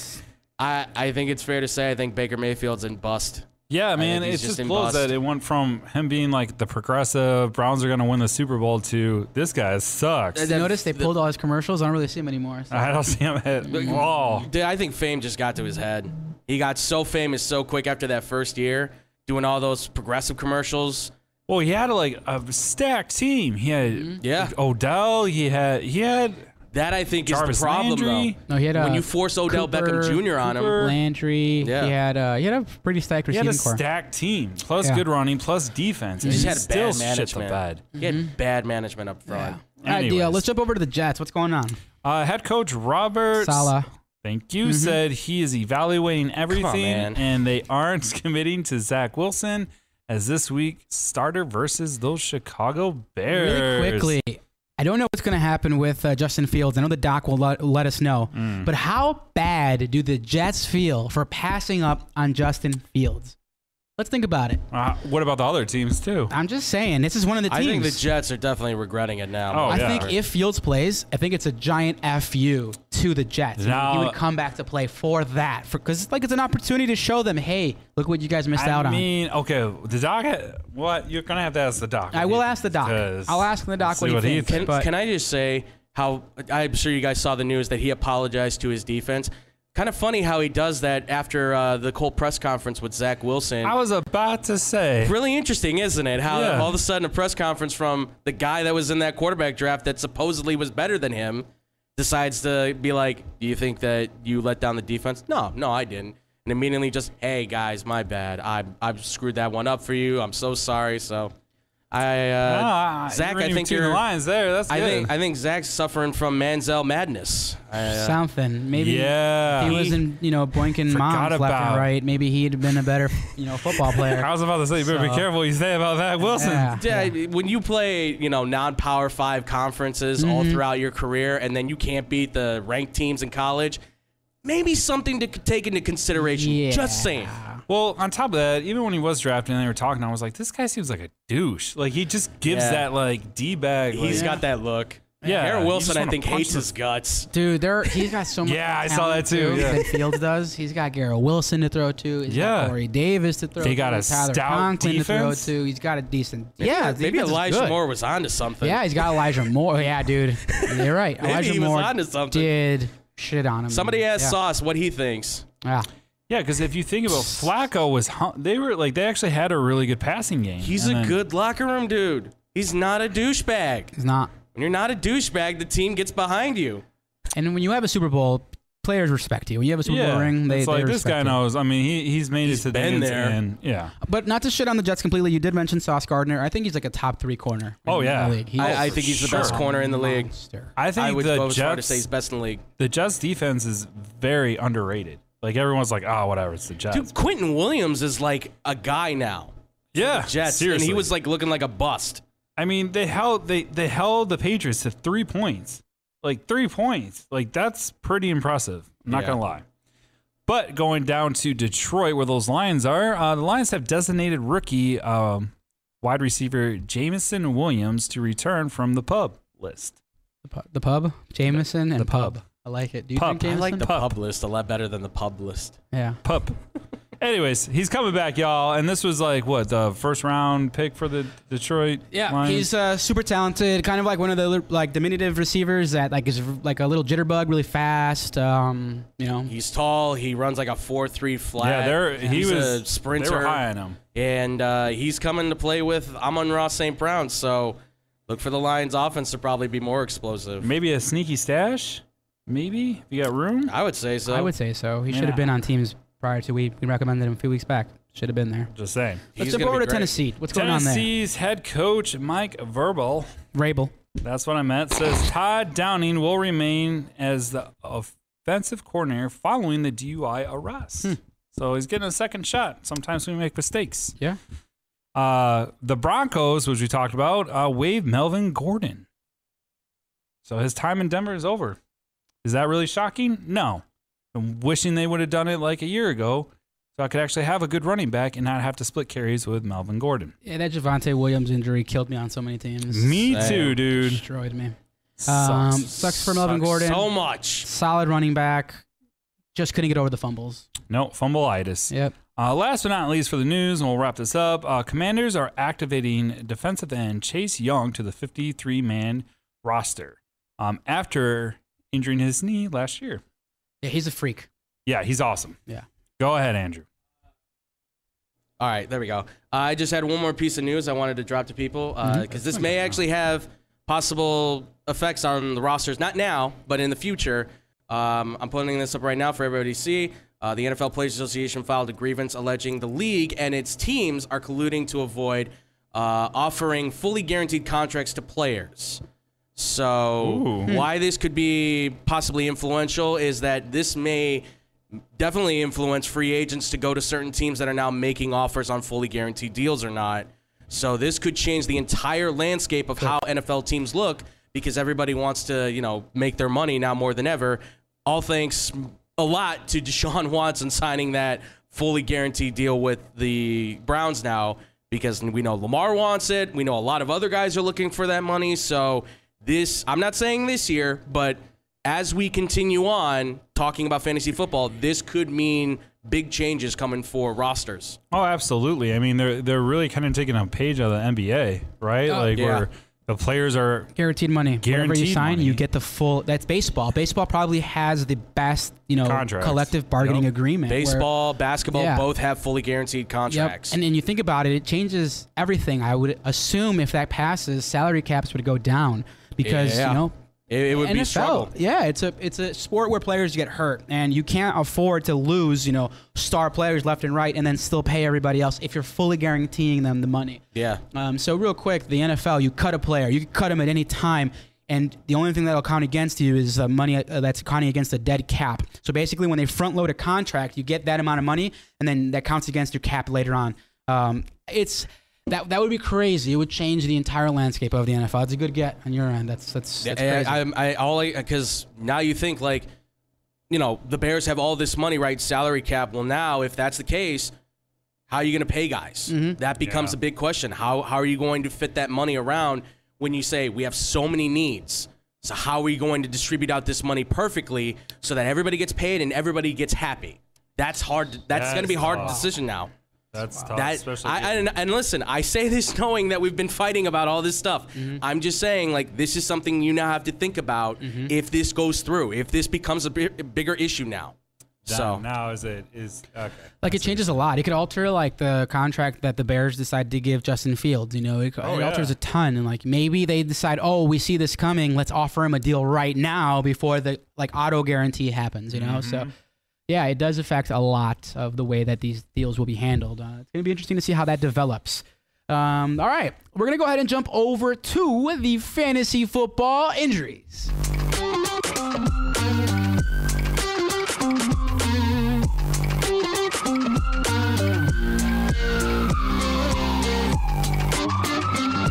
I I think it's fair to say I think Baker Mayfield's in bust.
Yeah, man,
think he's
it's
just
just blows
embossed.
that it went from him being like the progressive Browns are going to win the Super Bowl to this guy sucks.
Did you notice they pulled all his commercials? I don't really see him anymore. so-
I don't see him at all.
Dude, I think fame just got to his head. He got so famous so quick after that first year, doing all those progressive commercials.
Well, he had like a stacked team. He had
Yeah.
Odell. He had he had
That I think is
Jarvis
the problem,
Landry.
No, he had
though.
uh,
When you force Odell
Cooper-
Beckham Jr. on him,
Cooper.
Landry.
Yeah.
He had uh, he had a pretty stacked
he had
receiving
a
core.
stacked team. Plus
Yeah.
good running. Plus defense.
he
and
just
he
had
still
bad
shit the
management.
bed.
He had bad management up front.
Yeah. All right, DL.
Anyways.
Let's jump over to the Jets. What's going on?
Uh, head coach Robert
Salah.
Thank you. Said he is evaluating everything,
Mm-hmm. man.
and they aren't committing to Zach Wilson as this week starter versus those Chicago Bears.
Really quickly, I don't know what's going to happen with uh, Justin Fields. I know the doc will let, let us know.
Mm.
But how bad do the Jets feel for passing up on Justin Fields? Let's think about it.
Uh, what about the other teams too?
I'm just saying, this is one of the
I
teams.
think the Jets are definitely regretting it now.
Oh,
I
yeah.
think if Fields plays, I think it's a giant FU to the Jets.
Now-
he would come back to play for that, because like it's an opportunity to show them, hey, look what you guys missed out
I
on.
mean, okay, the doc. What you're gonna have to ask the doc.
I will ask the doc. I'll ask the doc what he thinks.
Can,
But-
can I just say how I'm sure you guys saw the news that he apologized to his defense. Kind of funny how he does that after uh, the Cole press conference with Zach Wilson.
I was about to say.
really interesting, isn't it? How
Yeah.
all of a sudden a press conference from the guy that was in that quarterback draft that supposedly was better than him decides to be like, "Do you think that you let down the defense?" No, no, I didn't. And immediately just, "Hey guys, my bad. I I screwed that one up for you. I'm so sorry." So, I uh,
Ah,
Zach,
you were
I
in
think
between
you're.
the lines there. That's
I
good.
think I think Zach's suffering from Manziel madness. I, uh,
something. Maybe
Yeah.
if he wasn't, you know, boinking
Forgot
moms left and
about-
right. Maybe he'd been a better, you know, football player.
I was about to say, you better be
So-
careful what you say about that Wilson.
Yeah.
yeah, when you play, you know, non-power five conferences all
Mm-hmm.
throughout your career, and then you can't beat the ranked teams in college, maybe something to c- take into consideration.
Yeah.
Just saying.
Well, on top of that, even when he was drafted and they were talking, I was like, this guy seems like a douche. Like he just gives
Yeah.
that like d bag. Like,
he's got that look.
Yeah,
Aaron
you
Wilson,
just
I
wanna
think,
punch
hates
the-
his guts.
Dude, there he's got so much.
Yeah, I saw that
talent,
too, yeah.
Than Fields does. He's got Garrett Wilson to throw to. He's
Yeah.
got Corey Davis to throw.
They got
to,
a
Tyler
stout
Conklin
defense?
to throw to. He's got a decent. yeah,
maybe
defense is
Elijah
good.
Moore was onto something.
Yeah, he's got Elijah Moore. Yeah, dude, you're right. Elijah
he was
Moore
onto something.
did shit on him.
Somebody asked
yeah.
Sauce what he thinks.
Yeah.
yeah, because if you think about Flacco was hum- they were like they actually had a really good passing game.
He's
And
a
then-
good locker room dude. He's not a douchebag.
he's not.
When you're not a douchebag, the team gets behind you.
And when you have a Super Bowl, players respect you. When you have a Super
yeah.
Bowl ring, they,
it's
they
like
respect
this guy
you.
knows. I mean, he he's made it to
been
the end,
there.
and yeah,
But not to shit on the Jets completely, you did mention Sauce Gardner. I think he's like a top three corner.
Oh,
in the
yeah.
league. He's
I, I
a
think he's the
sure. Mm-hmm.
best corner in the league.
monster.
I think
I would go
the
as far to say
Jets
he's best in the league.
the Jets defense is very underrated. Like everyone's like, oh, whatever, it's the Jets.
Dude, Quentin Williams is like a guy now.
yeah,
Jets,
seriously.
and he was like looking like a bust.
I mean, they held they they held the Patriots to three points, like three points. Like that's pretty impressive. I'm not
Yeah.
gonna lie. But going down to Detroit, where those Lions are, uh, the Lions have designated rookie um, wide receiver Jamison Williams to return from the pub list.
The pub, the pub Jameson and
the pub.
I like it. Do you
Pub.
think
I
Jameson?
like
The
Pup.
pub list a lot better than the pub list.
yeah.
Pup. Anyways, he's coming back, y'all. And this was like what the first round pick for the Detroit.
Yeah,
Lions?
he's uh, super talented. Kind of like one of the li- like diminutive receivers that like is r- like a little jitterbug, really fast. Um, you know,
He's tall. He runs like a four-three flat.
yeah. They're he
he's
was
a sprinter,
They were high on him.
and uh, he's coming to play with Amon Ross St. Brown. So look for the Lions' offense to probably be more explosive.
Maybe a sneaky stash. Maybe if you got room.
I would say so.
I would say so. He should
Yeah.
have been on teams prior to we we recommended him a few weeks back. Should have been there.
Just saying.
He's
Let's jump
gonna
over
be
to
great.
Tennessee. What's
Tennessee's head coach Mike Verbal,
going on there? Rabel.
that's what I meant, says Todd Downing will remain as the offensive coordinator following the DUI arrest. So he's getting a second shot. Sometimes we make mistakes.
Yeah.
Uh, the Broncos, which we talked about, uh, waived Melvin Gordon. So his time in Denver is over. Is that really shocking? No. I'm wishing they would have done it like a year ago So I could actually have a good running back and not have to split carries with Melvin Gordon.
Yeah, that Javante Williams injury killed me on so many teams.
Me
Damn.
too, dude.
Destroyed me. Um,
Sucks.
sucks for Melvin
Sucks
Gordon.
So much.
Solid running back. Just couldn't get over the fumbles.
No, fumbleitis.
Yep.
Uh, last but not least for the news, and we'll wrap this up. Uh, commanders are activating defensive end Chase Young to the 53 man roster um, after injuring his knee last year.
Yeah, he's a freak.
Yeah, he's awesome.
Yeah.
Go ahead, Andrew.
All right, there we go. Uh, I just had one more piece of news I wanted to drop to people because this may actually have possible effects on the rosters. Not now, but in the future. Um, I'm putting this up right now for everybody to see. Uh, the NFL Players Association filed a grievance alleging the league and its teams are colluding to avoid uh, offering fully guaranteed contracts to players. So, why this could be possibly influential is that this may definitely influence free agents to go to certain teams that are now making offers on fully guaranteed deals or not. So, this could change the entire landscape of how NFL teams look because everybody wants to, you know, make their money now more than ever. All thanks a lot to Deshaun Watson signing that fully guaranteed deal with the Browns now because we know Lamar wants it. We know a lot of other guys are looking for that money. So this, I'm not saying this year, but as we continue on talking about fantasy football, this could mean big changes coming for rosters.
Oh, absolutely. I mean, they're they're really kind of taking a page out of the NBA, right? like
Yeah.
where the players are.
Guaranteed money. Whatever you
Guaranteed
sign,
money.
you get the full. That's baseball. Baseball probably has the best, you know,
Contracts.
collective bargaining
Yep.
agreement. where-
Baseball, basketball,
Yeah.
both have fully guaranteed
Yep.
contracts.
And then you think about it, it changes everything. I would assume if that passes, salary caps would go down because
Yeah.
you know
it, it would be a
NFL.
struggle.
yeah, it's a it's a sport where players get hurt, and you can't afford to lose, you know, star players left and right, and then still pay everybody else if you're fully guaranteeing them the money.
Yeah.
Um, so real quick, the NFL, you cut a player, you can cut him at any time, and the only thing that'll count against you is the money uh, that's counting against a dead cap. So basically, when they front load a contract, you get that amount of money, and then that counts against your cap later on. Um, it's that that would be crazy. It would change the entire landscape of the NFL. It's a good get on your end. That's that's, that's
I-
crazy.
I, I'm- I, all because now you think like, you know, the Bears have all this money, right? Salary cap. Well, now if that's the case, how are you going to pay guys?
Mm-hmm.
That becomes
Yeah.
a big question. How how are you going to fit that money around when you say we have so many needs? So how are you going to distribute out this money perfectly so that everybody gets paid and everybody gets happy? That's hard. That's
That
going to
is
be a hard
tough.
decision now.
That's tough.
That,
especially
I, I- and, and listen, I say this knowing that we've been fighting about all this stuff.
Mm-hmm.
I'm just saying, like, this is something you now have to think about
Mm-hmm.
if this goes through, if this becomes a bi- bigger issue now. so,
now is it is okay.
Like it changes a lot. It could alter like the contract that the Bears decide to give Justin Fields. You know, it, it
yeah.
alters a ton. And like maybe they decide, oh, we see this coming. Let's offer him a deal right now before the like auto guarantee happens. You know, so yeah, it does affect a lot of the way that these deals will be handled. Uh, it's gonna be interesting to see how that develops. Um, all right, we're gonna go ahead and jump over to the fantasy football injuries.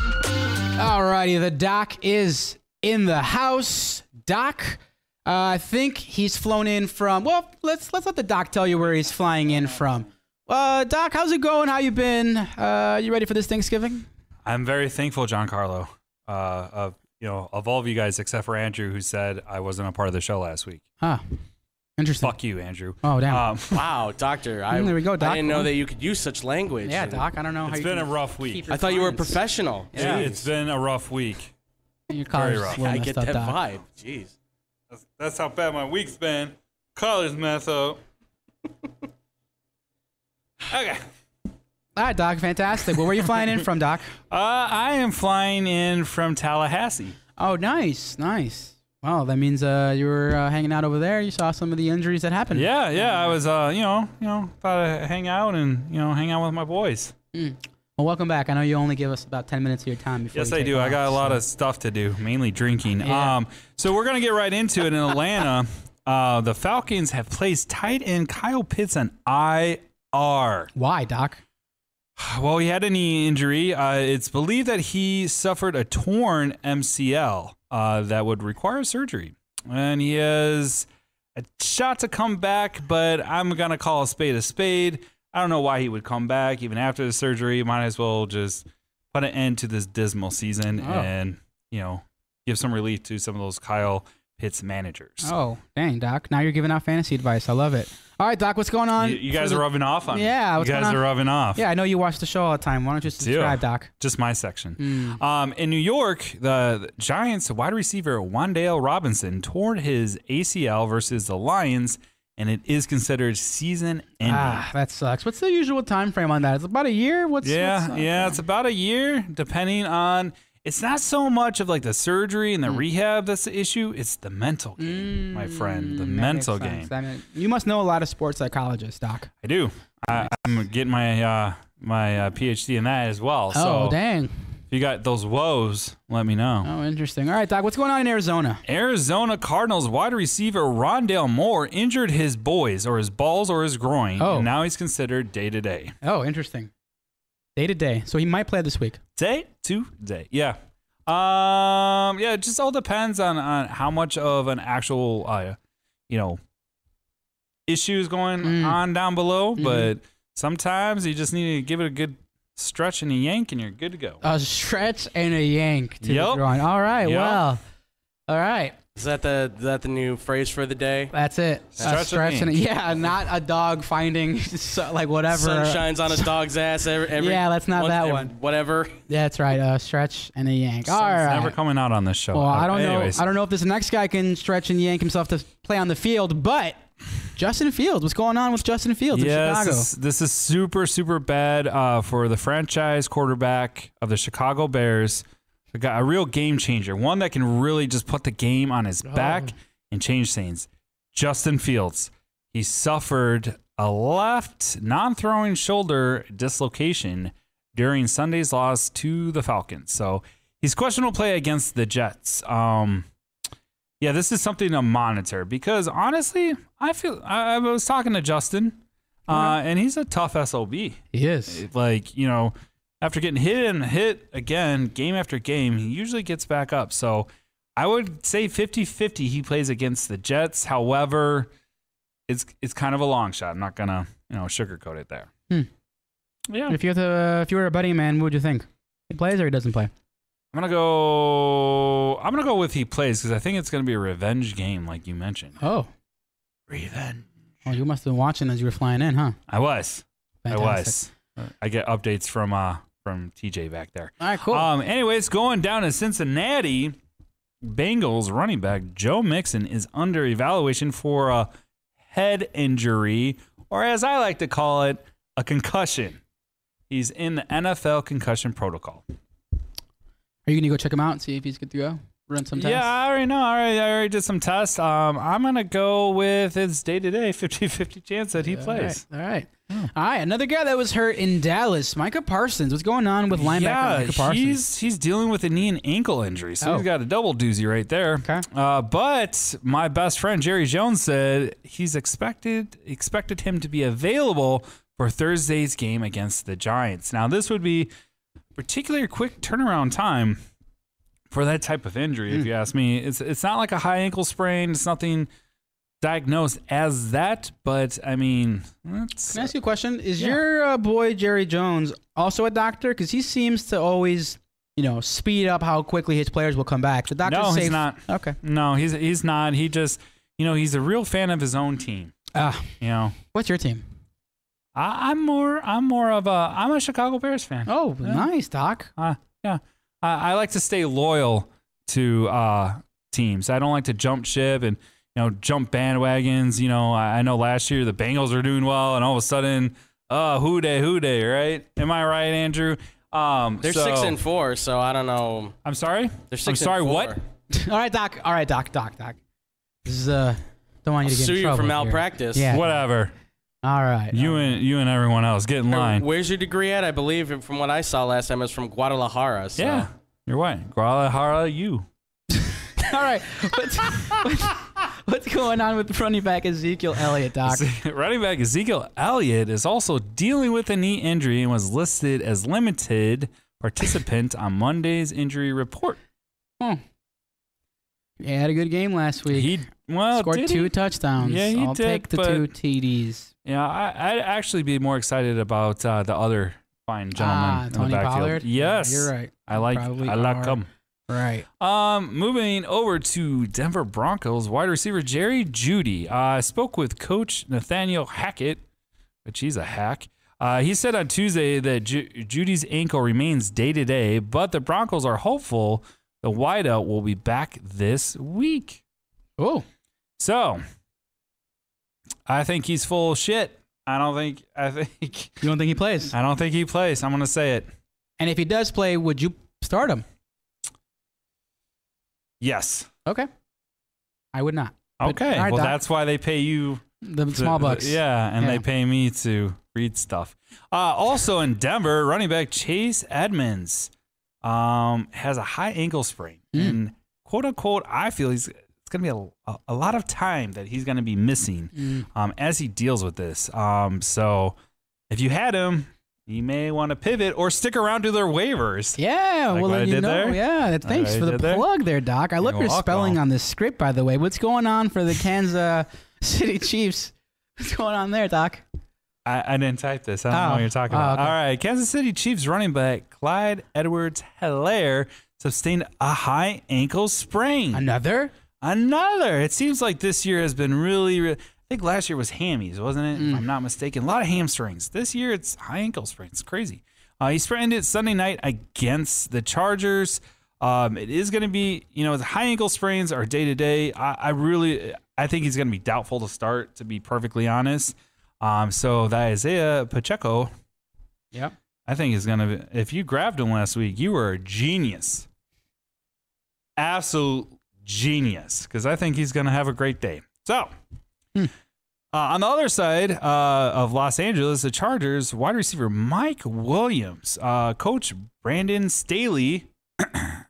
Alrighty, the doc is in the house. Doc, uh, I think he's flown in from. Well, let's let's let the doc tell you where he's flying in from. Uh, doc, how's it going? How you been? Uh, you ready for this Thanksgiving?
I'm very thankful, John Carlo, uh, of you know of all of you guys except for Andrew, who said I wasn't a part of the show last week.
Huh. Interesting.
Fuck you, Andrew.
Oh damn.
Um,
wow, doctor, I,
Mm, there we go,
I
Doc.
didn't know that you could use such language.
yeah, Doc. I don't know how
it's
you
been a
can
rough week.
keep your
I thought you were a
clients-
professional.
Yeah.
Jeez.
It's been a rough week.
Your collar's
rough.
a little
I
messed
get
up,
that
Doc.
vibe. Jeez.
That's, that's how bad my week's been. Collar's mess up. okay.
All right, Doc. Fantastic. Well, where are you flying in from, Doc?
Uh, I am flying in from Tallahassee.
Oh, nice, nice. Wow, that means uh, you were uh, hanging out over there. You saw some of the injuries that happened.
Yeah, yeah. I was, uh, you know, you know, thought I'd hang out and you know, hang out with my boys.
Well, welcome back. I know you only give us about 10 minutes of your time before
Yes,
you
I
take
do. I
off,
got a lot
so-
of stuff to do, mainly drinking.
Yeah.
Um, so we're gonna get right into it in Atlanta. Uh, the Falcons have placed tight end Kyle Pitts on IR.
Why, Doc?
Well, he had a knee injury. Uh, it's believed that he suffered a torn MCL uh, that would require surgery. And he has a shot to come back, but I'm going to call a spade a spade. I don't know why he would come back even after the surgery. Might as well just put an end to this dismal season
Oh.
and you know give some relief to some of those Kyle Pitts managers.
Oh, dang, Doc. Now you're giving out fantasy advice. I love it. All right, Doc, what's going on?
You, you
for
guys
the-
are rubbing off on me.
Yeah,
you
what's going
guys
on?
are rubbing off.
Yeah, I know you watch the show all the time. Why don't you
do.
subscribe, Doc?
just my section.
Mm.
Um, in New York, the the Giants wide receiver Wandale Robinson torn his ACL versus the Lions, and it is considered season ending.
Ah, that sucks. What's the usual time frame on that? It's about a year. What's
yeah,
what's, uh,
yeah, it's about a year, depending on. It's not so much of like the surgery
Mm.
and the rehab that's the issue. It's the mental game, my friend. The
that
mental
makes
game.
sense. That ma- you must know a lot of sports psychologists, Doc.
I do. I, I'm getting my uh, my uh, PhD in that as well.
oh,
so
dang.
if you got those woes, let me know.
Oh, interesting. All right, Doc, what's going on in Arizona?
Arizona Cardinals wide receiver Rondale Moore injured his boys or his balls or his groin,
Oh.
and now he's considered day to day.
Oh, interesting. Day to day. So he might play this week.
Day to day. Yeah. Um. Yeah. It just all depends on on how much of an actual, uh, you know, issue is going
Mm.
on down below. But sometimes you just need to give it a good stretch and a yank, and you're good to go.
A stretch and a yank to the
Yup.
groin. All right,
Yup.
well. All right,
Is that the is that the new phrase for the day?
that's it.
Stretch
a
and
stretch and a,
yank.
yeah, not a dog finding so, like whatever.
Sun shines on a dog's ass every. every
Yeah, that's not that
every-
one.
Whatever.
Yeah, that's right. A stretch and a yank. All
It's
right.
never coming out on this show.
well, I don't
Anyways.
know. I don't know if this next guy can stretch and yank himself to play on the field, but Justin Fields. What's going on with Justin Fields in Chicago?
This is, this is super, super bad uh, for the franchise quarterback of the Chicago Bears. A, guy, a real game changer, one that can really just put the game on
Oh.
his back and change things. Justin Fields. He suffered a left non throwing shoulder dislocation during Sunday's loss to the Falcons. So he's questionable play against the Jets. Um, yeah, this is something to monitor because honestly, I feel I, I was talking to Justin, uh, and he's a tough sob.
he is.
Like you know, after getting hit and hit again, game after game, he usually gets back up. So I would say 50-50 he plays against the Jets. However, it's it's kind of a long shot. I'm not gonna you know sugarcoat it there.
Hmm.
Yeah, I'm
If you had to, uh, if you were a betting man, what would you think? He plays or he doesn't play?
gonna go. I'm gonna go with he plays because I think it's gonna be a revenge game, like you mentioned.
Oh,
Revenge.
well, you must have been watching as you were flying in, huh?
I was.
Fantastic.
I was. I get updates from uh from TJ back there.
All right, cool.
Um anyways, going down to Cincinnati, Bengals running back Joe Mixon is under evaluation for a head injury or as I like to call it, a concussion. He's in the NFL concussion protocol.
Are you gonna go check him out and see if he's good to go? Run some tests.
Yeah, I already know. I already, I already did some tests. Um, I'm going to go with his day to day 50 50 chance that he plays.
All right. All
Hmm.
right. All right. Another guy that was hurt in Dallas, Micah Parsons. What's going on with linebacker Micah Parsons?
he's he's dealing with a knee and ankle injury, so
Oh.
he's got a double doozy right there.
Okay.
Uh, but my best friend Jerry Jones said he's expected expected him to be available for Thursday's game against the Giants. Now this would be particularly quick turnaround time for that type of injury,
Hmm.
if you ask me. It's it's not like a high ankle sprain. It's nothing diagnosed as that, but I mean, that's
Can I ask you a question? Is your uh, boy Jerry Jones also a doctor? Because he seems to always, you know, speed up how quickly his players will come back. The doctor's
No, he's
safe.
not.
Okay.
No, he's he's not. He just you know he's a real fan of his own team.
Uh,
You know,
what's your team?
I, I'm more I'm more of a I'm a Chicago Bears fan.
Oh, nice, Doc.
Uh, yeah, I, I like to stay loyal to uh, teams. I don't like to jump ship and you know jump bandwagons. You know, I, I know last year the Bengals were doing well, and all of a sudden, uh, who day who day, right? Am I right, Andrew? Um,
They're
so-
six and four, so I don't know.
I'm sorry.
They're six.
I'm
and
sorry.
four.
What?
All right, Doc. All right, Doc. Doc. Doc. This is uh, don't want you to get
Sue
in
you
trouble
for
here.
malpractice.
Yeah.
Whatever.
All right.
You and you and everyone else get in line.
Where's your degree at? I believe, from what I saw last time, it's from Guadalajara. So.
Yeah, you're right. Guadalajara, you.
All right. What's, what's, what's going on with running back Ezekiel Elliott, Doc?
Running back Ezekiel Elliott is also dealing with a knee injury and was listed as limited participant on Monday's injury report.
Hmm. He had a good game last week.
He well
scored
did
two
he?
touchdowns.
Yeah, he
I'll
did,
take the
but-
two TDs.
Yeah, I, I'd actually be more excited about uh, the other fine gentleman
Ah,
in
Tony
the backfield.
Pollard.
Yes,
You're right.
I like
Probably
I like
are.
him.
Right.
Um, moving over to Denver Broncos wide receiver Jerry Judy. Uh, I spoke with Coach Nathaniel Hackett, which he's a hack. Uh, he said on Tuesday that Ju- Judy's ankle remains day to day, but the Broncos are hopeful the wideout will be back this week.
Oh,
So, I think he's full of shit. I don't think I think
you don't think he plays?
I don't think he plays. I'm gonna say it.
And if he does play, would you start him?
Yes.
Okay. I would not. But-
Okay.
all right,
well,
Doc.
that's why they pay you
The
the-
small
the-
bucks.
yeah, and
Yeah.
they pay me to read stuff. Uh, also in Denver, running back Chase Edmonds um, has a high ankle sprain,
Hmm.
and quote unquote, I feel he's it's going to be a, a lot of time that he's going to be missing
Mm.
um, as he deals with this. Um, so if you had him, you may want to pivot or stick around to their waivers.
Yeah, well
Like what I
then you
did
know.
there?
Yeah, that- thanks
what I
for the
did there?
plug there, Doc. I love
You're
your spelling
welcome.
on this script, by the way. What's going on for the Kansas uh, City Chiefs? What's going on there, Doc?
I, I didn't type this. I don't know
Oh.
what you're talking
Oh,
about.
okay.
All right. Kansas City Chiefs running back Clyde Edwards Hilaire sustained a high ankle sprain.
Another?
Another. It seems like this year has been really, re- I think last year was hammies, wasn't it? If I'm not mistaken. A lot of hamstrings. This year it's high ankle sprains. It's crazy. Uh, he sprained it Sunday night against the Chargers. Um, it is going to be, you know, the high ankle sprains are day to day. I I really, I think he's going to be doubtful to start, to be perfectly honest. Um, so that Isaiah Pacheco,
Yep.
I think is gonna. be- If you grabbed him last week, you were a genius, absolute genius. Because I think he's gonna have a great day. So, uh, on the other side uh, of Los Angeles, the Chargers wide receiver Mike Williams, uh, coach Brandon Staley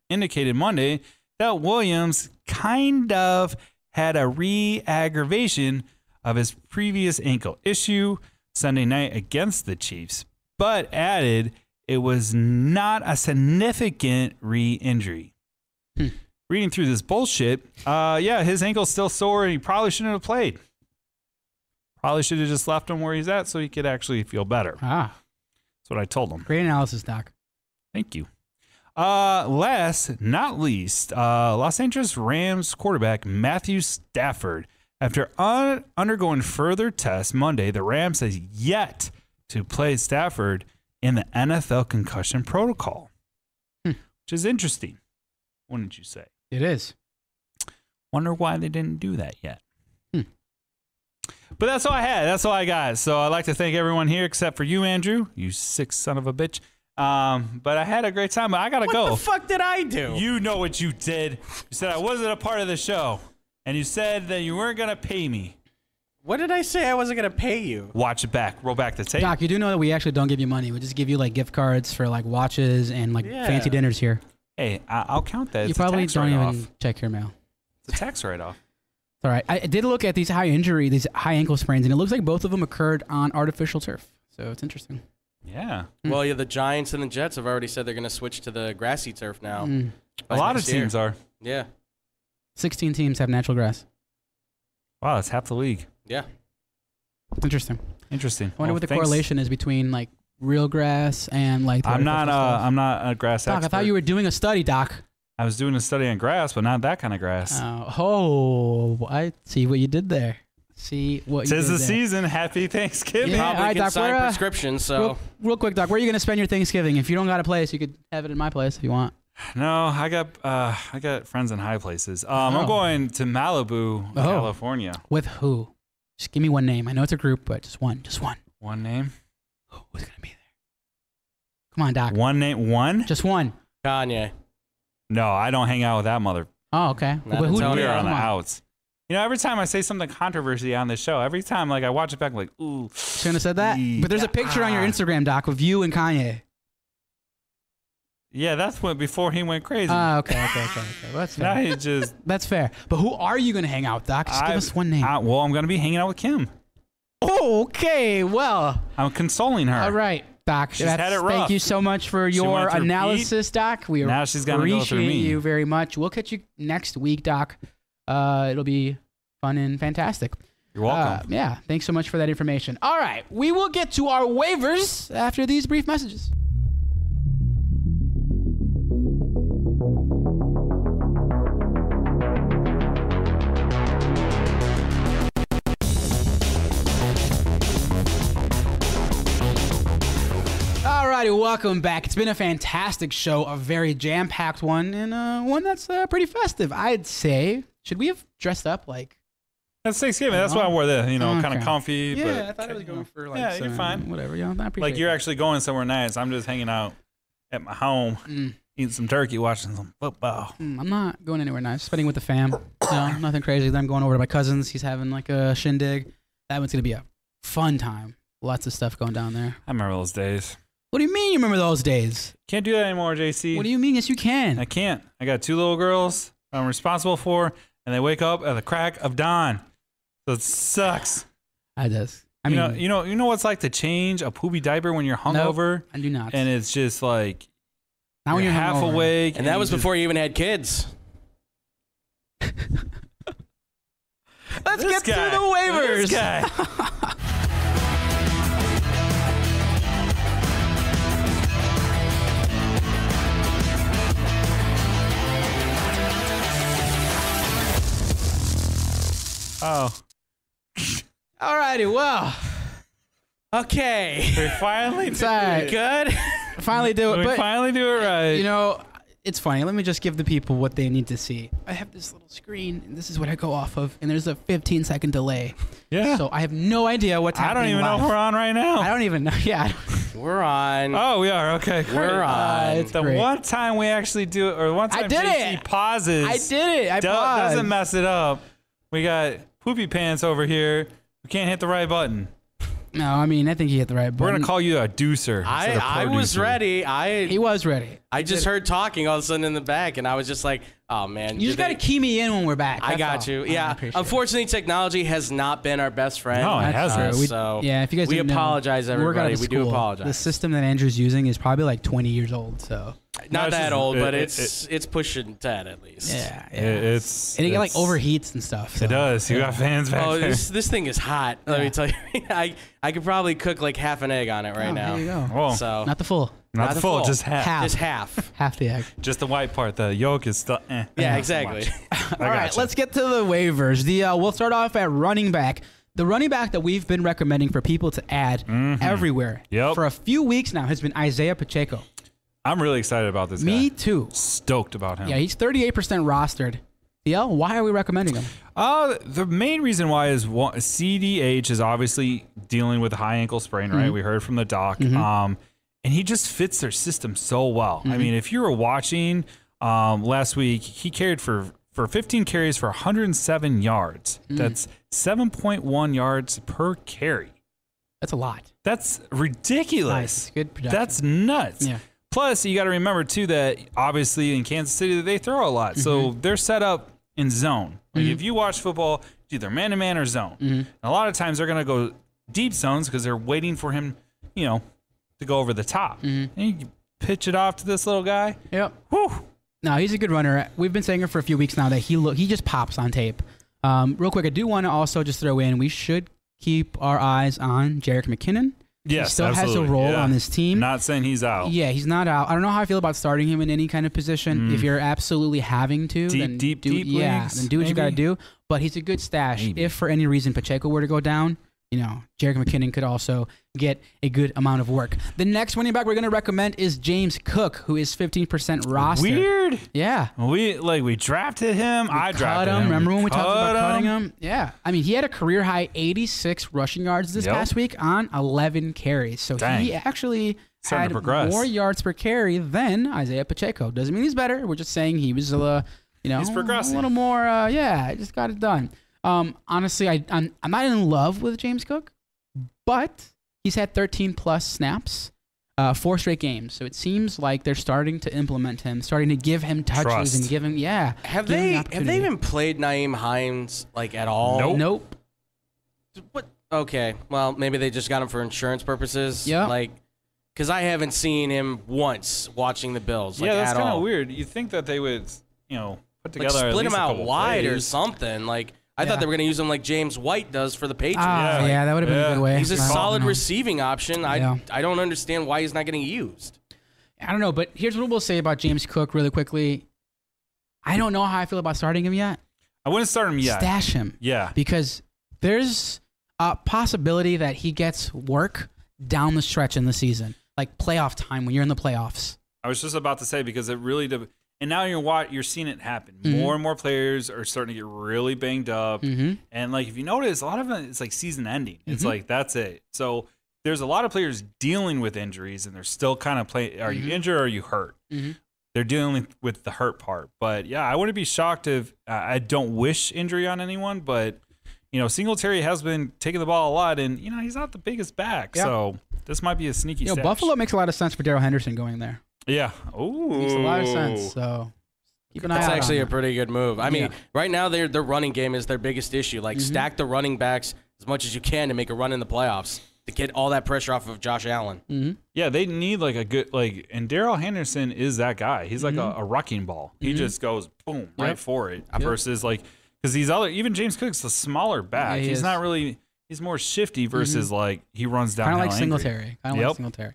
indicated Monday that Williams kind of had a re aggravation of his previous ankle issue Sunday night against the Chiefs, but added it was not a significant re injury. Reading through this bullshit, uh, yeah, his ankle's still sore and he probably shouldn't have played. Probably should have just left him where he's at so he could actually feel better. That's
Ah,
what I told him.
great analysis, Doc.
Thank you. Uh, last not least, uh, Los Angeles Rams quarterback Matthew Stafford. After un- undergoing further tests Monday, the Rams has yet to play Stafford in the NFL concussion protocol, which is interesting. Wouldn't you say?
It is.
Wonder why they didn't do that yet.
Hmm.
But that's all I had. That's all I got. So I'd like to thank everyone here except for you, Andrew. You sick son of a bitch. Um, but I had a great time. But I gotta
What
go.
the fuck did I do?
you know what you did. You said I wasn't a part of the show, and you said that you weren't gonna pay me.
what did I say? I wasn't gonna pay you.
Watch it back. Roll back the tape.
Doc, you do know that we actually don't give you money. We just give you like gift cards for like watches and like fancy
Yeah.
dinners here.
Hey, I- I'll count that.
you
It's a
probably
tax
don't even
write-off.
check your mail.
It's a tax write-off.
It's all right. I I did look at these high injury, these high ankle sprains, and it looks like both of them occurred on artificial turf. So it's interesting.
Yeah.
Hmm.
Well, yeah, the Giants and the Jets have already said they're gonna switch to the grassy turf now.
Mm.
A lot of teams are.
Yeah,
Sixteen teams have natural grass.
Wow, that's half the league.
yeah.
Interesting.
Interesting.
I wonder
Well,
what the
thanks.
correlation is between like real grass and like. the
I'm not.
artificial
Uh,
stuff.
I'm not a grass
Doc,
expert.
I thought you were doing a study, Doc.
I was doing a study on grass, but not that kind of grass.
Uh, oh, I see what you did there. See what you
Tis
did
the
there.
season. Happy Thanksgiving.
Yeah,
Probably
all right,
can
Doc,
sign
we're, uh,
prescriptions. So
Real, real quick, Doc, where are you going to spend your Thanksgiving? If you don't got a place, you could have it in my place if you want.
No, I got uh, I got friends in high places. Um,
Oh.
I'm going to Malibu, California.
With who? Just give me one name. I know it's a group, but just one. Just one.
One name.
Who's going to be there? Come on, Doc.
One name. One.
Just one.
Kanye.
No, I don't hang out with that mother.
Oh, okay.
Not
But who-
Antonio.
We're
yeah,
on the
come on.
outs. You know, every time I say something controversy on this show, every time like I watch it back, I'm like, ooh.
Shouldn't have said that.
Yeah.
But there's a picture on your Instagram, Doc, of you and Kanye.
Yeah, that's when before he went crazy.
Ah, okay, okay, okay, okay. Well, that's
now
fair.
he just.
That's fair. But who are you going to hang out, with, Doc? Just give
I-
us one name.
I- well, I'm gonna be hanging out with Kim.
okay, well,
I'm consoling her.
all right. Doc. That's-
had it
Thank
rough.
you so much for your
went through
analysis, Doc. We
Now she's gotta go through
appreciate
me.
you very much. We'll catch you next week, Doc. Uh, it'll be fun and fantastic.
You're
Uh,
welcome.
yeah, thanks so much for that information. All right, we will get to our waivers after these brief messages. Alrighty, welcome back. It's been a fantastic show, a very jam-packed one, and uh, one that's uh, pretty festive, I'd say. Should we have dressed up like
That's Thanksgiving. That's why I wore the, you know, kind
Okay.
of comfy.
Yeah,
but,
I thought I was going for like.
Yeah, you're
some-
fine.
Whatever, yeah, I appreciate
Like you're
it.
actually going somewhere nice. I'm just hanging out at my home, eating some turkey, watching some football.
Mm, I'm not going anywhere nice. Spending with the fam. No, nothing crazy. Then I'm going over to my cousin's. He's having like a shindig. That one's gonna be a fun time. Lots of stuff going down there.
I remember those days.
What do you mean you remember those days?
Can't do that anymore, JC.
What do you mean? Yes, you
I
can.
can't. I got two little girls I'm responsible for, and they wake up at the crack of dawn. So it sucks.
I does. I
you
mean,
know, you know, you know what's like to change a poopy diaper when you're hungover,
I do not.
and it's just like
not when
you're
you're
half
hungover.
awake.
And that
you
was
just-
before you even had kids.
Let's
This
get to
guy.
the waivers.
This guy. oh,
Alrighty, well,
Okay.
we finally did
Sorry.
it.
Good.
finally do
We
it. But
finally do it right.
you know, it's funny. Let me just give the people what they need to see. I have this little screen, and this is what I go off of. And there's a 15 second delay.
yeah.
So I have no idea what's
I
happening.
don't even know
live.
if we're on right now.
I don't even know. Yeah. I don't-
We're on.
Oh, we are okay. great.
We're on.
it's
The
great.
one time we actually do it, or one
I
time
did
JC
it.
pauses,
I did it. I
do-
paused.
doesn't mess it up. We got poopy pants over here. We can't hit the right button.
No, I mean, I think he hit the right button.
We're gonna call you a deucer.
I,
instead of
I was
producer.
ready. I
He was ready.
I just heard talking all of a sudden in the back, and I was just like, oh man.
You just
did
got to
they-
key me in when we're back.
I
That's
got
all.
you.
I
Yeah.
appreciate it.
Unfortunately, technology has not been our best friend.
No, it
That's
hasn't.
true. We-
So,
yeah, if you guys
we
didn't know,
apologize,
we work out
everybody.
of
We do
school.
apologize.
The system that Andrew's using is probably like 20 years old. So
No,
Not
it's
that
just-
old,
it-
but
it-
it's it's pushing ten at least.
yeah, yeah.
It, it's
and it like
it's-
overheats and stuff. so-
It does. You got fans back
Oh,
there.
this this thing is hot. Let
Yeah.
me tell you, I I could probably cook like half an egg on it right
Oh,
now.
There you go.
Whoa,
So
Not the full,
not,
not the
full,
full.
just half.
Half.
just half.
half the egg.
Just the white part. The yolk is still. Eh,
yeah,
not so
exactly.
much. I
All right,
gotcha.
let's get to the waivers. The uh, we'll start off at running back. The running back that we've been recommending for people to add everywhere
Mm-hmm. Yep.
for a few weeks now has been Isaiah Pacheco.
I'm really excited about this
Me
guy.
too.
Stoked about him.
Yeah, he's 38% rostered. DL, why are we recommending him?
Uh, the main reason why is one, CDH is obviously dealing with a high ankle sprain, right? We heard from the doc. Um, and he just fits their system so well. I mean, if you were watching um, last week, he carried for for 15 carries for 107 yards. That's 7.1 yards per carry.
That's a lot.
That's ridiculous.
Nice. Good production.
That's nuts.
Yeah.
Plus, you got to remember too that obviously in Kansas City they throw a lot, so
Mm-hmm.
they're set up in zone. Like if you watch football, it's either man to man or zone.
Mm-hmm.
And a lot of times they're gonna go deep zones because they're waiting for him, you know, to go over the top.
Mm-hmm.
And you pitch it off to this little guy.
Yep.
Whew.
No, he's a good runner. We've been saying it for a few weeks now that he look he just pops on tape. Um, real quick, I do want to also just throw in we should keep our eyes on Jarek McKinnon.
Yes,
still has a role on this team.
Not saying he's out.
Yeah, he's not out. I don't know how I feel about starting him in any kind of position. If you're absolutely having to,
Mm. Deep,
then
deep,
do,
deep
yeah,
leagues,
then do what you got to
maybe?
do. But he's a good stash.
Maybe.
If for any reason Pacheco were to go down, you know, Jarek McKinnon could also get a good amount of work. The next running back we're going to recommend is James Cook, who is 15% rostered.
Weird.
Yeah.
We like we drafted him. I
Cut
drafted
him. Remember when we talked about
Cut
cutting him? Yeah. I mean, he had a career high 86 rushing yards this
Yep.
past week on 11 carries. So
Dang.
he actually
Starting
had
to progress.
more yards per carry than Isaiah Pacheco. Doesn't mean he's better. We're just saying he was a, li- you know,
He's
a
progressing.
little more. Uh, yeah, just got it done. Um, honestly, I I'm, I'm not in love with James Cook, but he's had 13 plus snaps. Uh, four straight games, so it seems like they're starting to implement him, starting to give him touches
Trust.
and give him, yeah.
Have
give him
they
the
have
opportunity.
they even played Naeem Hines like at all?
Nope.
Nope.
What? Okay. Well, maybe they just got him for insurance purposes.
Yeah.
Like, because I haven't seen him once watching the Bills. Like,
yeah, that's
at
kind of
all.
weird. You'd think that they would, you know, put
Like
together at
split
least
him
a
out
couple
wide or
plays.
something. Like I thought they were gonna use him like James White does for the Patriots.
Ah, yeah,
Yeah.
that would have been a
Yeah.
good way.
He's a
Wow.
solid
No.
receiving option. I
Yeah.
I don't understand why he's not getting used.
I don't know, but here's what we'll say about James Cook really quickly. I don't know how I feel about starting him yet.
I wouldn't start him yet.
Stash him.
yeah.
because there's a possibility that he gets work down the stretch in the season, like playoff time when you're in the playoffs.
I was just about to say because it really did. And now you're wa- you're seeing it happen.
Mm-hmm.
More and more players are starting to get really banged up. And like if you notice, a lot of it it's like season ending.
Mm-hmm.
It's like that's it. So there's a lot of players dealing with injuries, and they're still kind of playing. Are
Mm-hmm.
you injured? or Are you hurt? They're dealing with the hurt part. But yeah, I wouldn't be shocked if I I don't wish injury on anyone. But you know, Singletary has been taking the ball a lot, and you know he's not the biggest back.
Yeah.
So this might be a sneaky.
You know,
stash.
Buffalo makes a lot of sense for Daryl Henderson going there.
Yeah. Oh.
Makes a lot of sense. So keep an eye
That's
out.
actually
on
a
that.
pretty good move. I mean,
Yeah. Mm-hmm.
right now their their running game is their biggest issue. Like stack the running backs as much as you can to make a run in the playoffs to get all that pressure off of Josh Allen.
Mm-hmm.
Yeah, they need like a good like, and Daryl Henderson is that guy. He's like
Mm-hmm.
a, a wrecking ball. He just goes boom right for it. Versus like, because these other even James Cook's a smaller back.
Yeah, he
he's
is.
not really. Heis more shifty versus like he runs down.
Kind of like Singletary. Kind of like
Yep. Mm-hmm.
Singletary.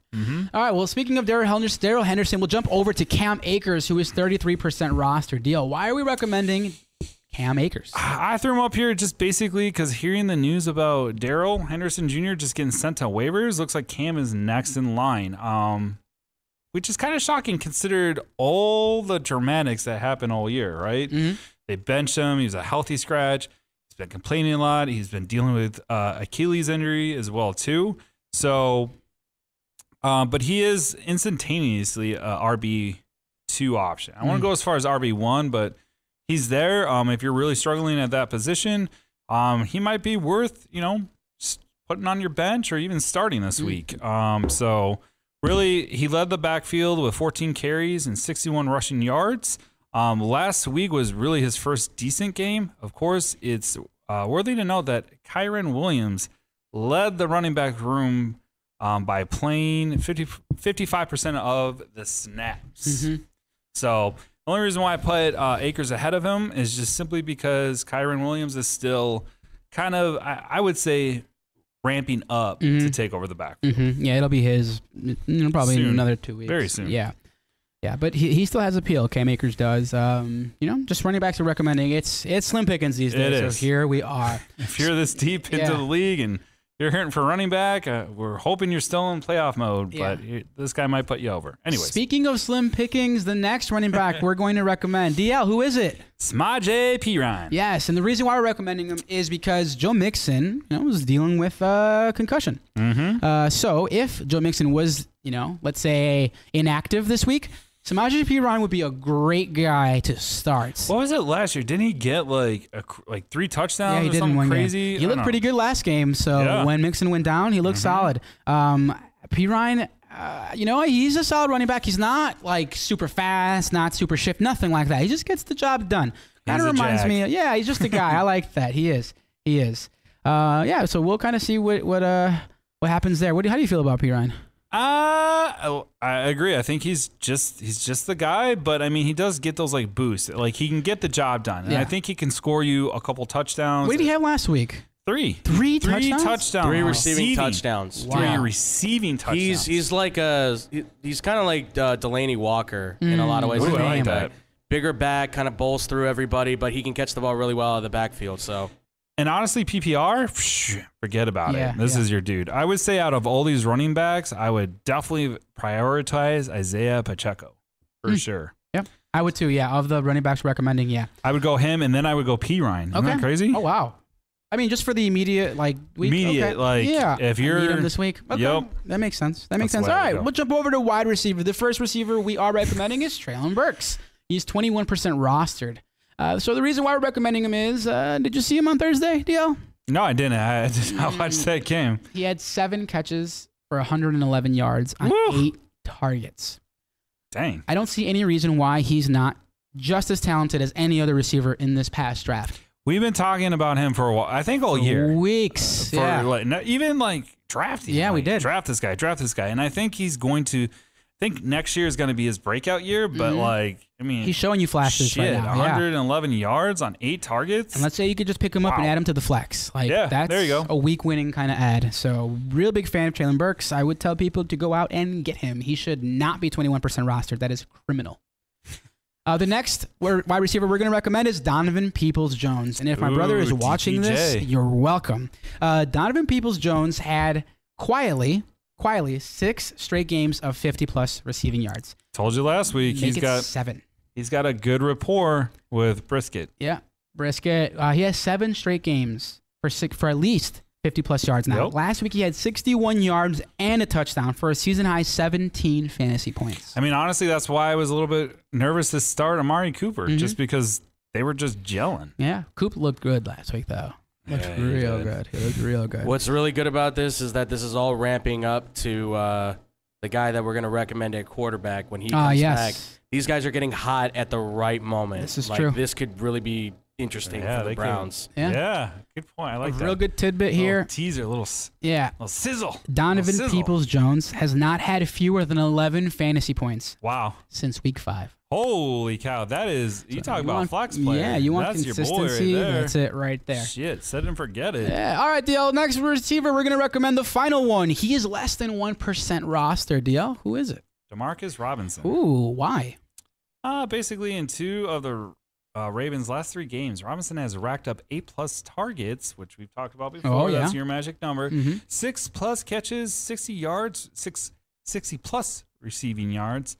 All right. Well, speaking of Daryl Henderson, Daryl Henderson, we'll jump over to Cam Akers, who is 33% roster deal. Why are we recommending Cam Akers?
I threw him up here just basically because hearing the news about Daryl Henderson Jr. just getting sent to waivers looks like Cam is next in line. Um, which is kind of shocking considered all the dramatics that happened all year, right? They benched him. He was a healthy scratch. He's been complaining a lot. He's been dealing with uh, Achilles injury as well too. So, uh, but he is instantaneously a RB two option. I want to go as far as RB one, but he's there. Um, if you're really struggling at that position, um, he might be worth you know s- putting on your bench or even starting this week. Um, so really, he led the backfield with 14 carries and 61 rushing yards. Um, last week was really his first decent game. Of course, it's uh, worthy to note that Kyron Williams led the running back room um, by playing 50, 55% of the snaps. So the only reason why I put uh, Akers ahead of him is just simply because Kyron Williams is still kind of, I, I would say, ramping up to take over the back.
Mhm. Yeah, it'll be his you know, probably in
Soon.
another two weeks.
Very soon.
Yeah. Yeah, but he, he still has appeal. Cam Akers does. Um, you know, just running backs are recommending. It's it's slim pickings these
It
days.
is.
So here we are.
If you're this deep into
Yeah.
the league and you're hurting for running back, uh, we're hoping you're still in playoff mode,
Yeah.
but you, this guy might put you over. Anyways,
Speaking of slim pickings, the next running back we're going to recommend DL. Who is it?
Smaje Piran.
Yes, and the reason why we're recommending him is because Joe Mixon you know, was dealing with uh, concussion. Mm-hmm. Uh, so if Joe Mixon was, you know, let's say inactive this week, Samaje P. Ryan would be a great guy to start.
What was it last year? Didn't he get like a, cr- like three touchdowns
Yeah, he
or
did in
something
one
crazy?
game. He
I don't
looked
know.
pretty good last game. So
Yeah. Mm-hmm.
when Mixon went down, he looked solid. Um, P Ryan, uh, you know, he's a solid running back. He's not like super fast, not super shift, nothing like that. He just gets the job done. Kind of
a
reminds
jag.
me, yeah, he's just a guy. I like that. He is. He is. Uh, yeah. So we'll kind of see what what uh what happens there. What do, how do you feel about P Ryan?
Uh, I I agree. I think he's just he's just the guy, but I mean he does get those like boosts. Like he can get the job done. And
Yeah.
I think he can score you a couple touchdowns.
What did he have last week?
Three.
Three
Three
touchdowns?
touchdowns.
Oh.
Three receiving touchdowns.
Wow.
Three receiving touchdowns.
He's he's like a he- he's kind of like uh, Delaney Walker in a lot
Mm.
of ways.
Ooh,
as a
I like
running
that.
back. Bigger back, kind of bowls through everybody, but he can catch the ball really well out of the backfield. So
and honestly, PPR, psh, forget about
Yeah,
it. This
yeah.
is your dude. I would say out of all these running backs, I would definitely prioritize Isaiah Pacheco for
Hmm.
sure.
Yeah, I would too. Yeah, of the running backs recommending, yeah.
I would go him, and then I would go P Ryan. Isn't that crazy?
Oh wow. I mean, just for the immediate like week.
Immediate,
okay.
like,
yeah.
if
I need
you're-
him this week. Okay.
Yep.
That makes sense. That makes sense.
That's the
All
way I would
right,
go.
we'll jump over to wide receiver. The first receiver we are recommending is Traylon Burks. He's 21% rostered. Uh, so the reason why we're recommending him is, uh, did you see him on Thursday, DL?
No, I didn't. I did not
Hmm.
watch that game.
He had seven catches for 111 yards on
Woo.
eight targets.
Dang.
I don't see any reason why he's not just as talented as any other receiver in this past draft.
We've been talking about him for a while. I think all year.
Weeks.
for
yeah.
like no- even like draft. him.
Yeah, we
Like,
did.
draft this guy, draft this guy, and I think he's going to. I think next year is going to be his breakout year, but like I mean,
He's showing you flashes
shit,
Mm-hmm. right now. Yeah.
111 yards on eight targets.
And let's say you could just pick him up and
Wow.
add him to the flex. Like
Yeah,
that's
there you go.
a week winning kind of ad. So real big fan of Traylon Burks. I would tell people to go out and get him. He should not be 21% rostered. That is criminal. Uh, the next wi- wide receiver we're going to recommend is Donovan Peoples Jones. And if my brother is
Ooh,
watching this,
DPJ.
you're welcome. Uh, Donovan Peoples Jones had quietly, quietly six straight games of 50 plus receiving yards.
Told you last week
Make
he's
it
got
seven.
he's got a good rapport with Brisket.
Yeah, Brisket. Uh, he has seven straight games for six, for at least 50 plus yards now.
Yep.
Last week he had 61 yards and a touchdown for a season high 17 fantasy points.
I mean, honestly, that's why I was a little bit nervous to start Amari Cooper
Mm-hmm.
just because they were just gelling.
Yeah, Coop looked good last week though. Looked
Yeah, he
real
did.
good. He looked real good.
What's really good about this is that this is all ramping up to uh, the guy that we're going to recommend at quarterback when he
Ah,
comes
yes.
back. These guys are getting hot at the right moment.
This is
like,
true.
This could really be interesting
Yeah,
for
they
the
could.
Browns.
Yeah.
good point. I
a
like that.
real good tidbit
Little
here.
teaser, little s-
Yeah.
little sizzle.
Donovan
sizzle.
Peoples Jones has not had fewer than 11 fantasy points
Wow.
since week five.
Holy cow, that is you talk
You
about
want-
flex player.
Yeah, you want
That's
consistency.
Your boy right there.
That's it right there.
Shit, set and forget it.
Yeah. All right, DL. Next receiver, we're going to recommend the final one. He is less than 1% roster, DL. Who is it?
Demarcus Robinson.
Ooh, why?
Uh, basically, in two of the uh, Ravens' last three games, Robinson has racked up eight plus targets, which we've talked about before.
Oh,
That's
yeah.
your magic number.
Mhm.
Six plus catches, 60 yards, six, 60 plus receiving yards,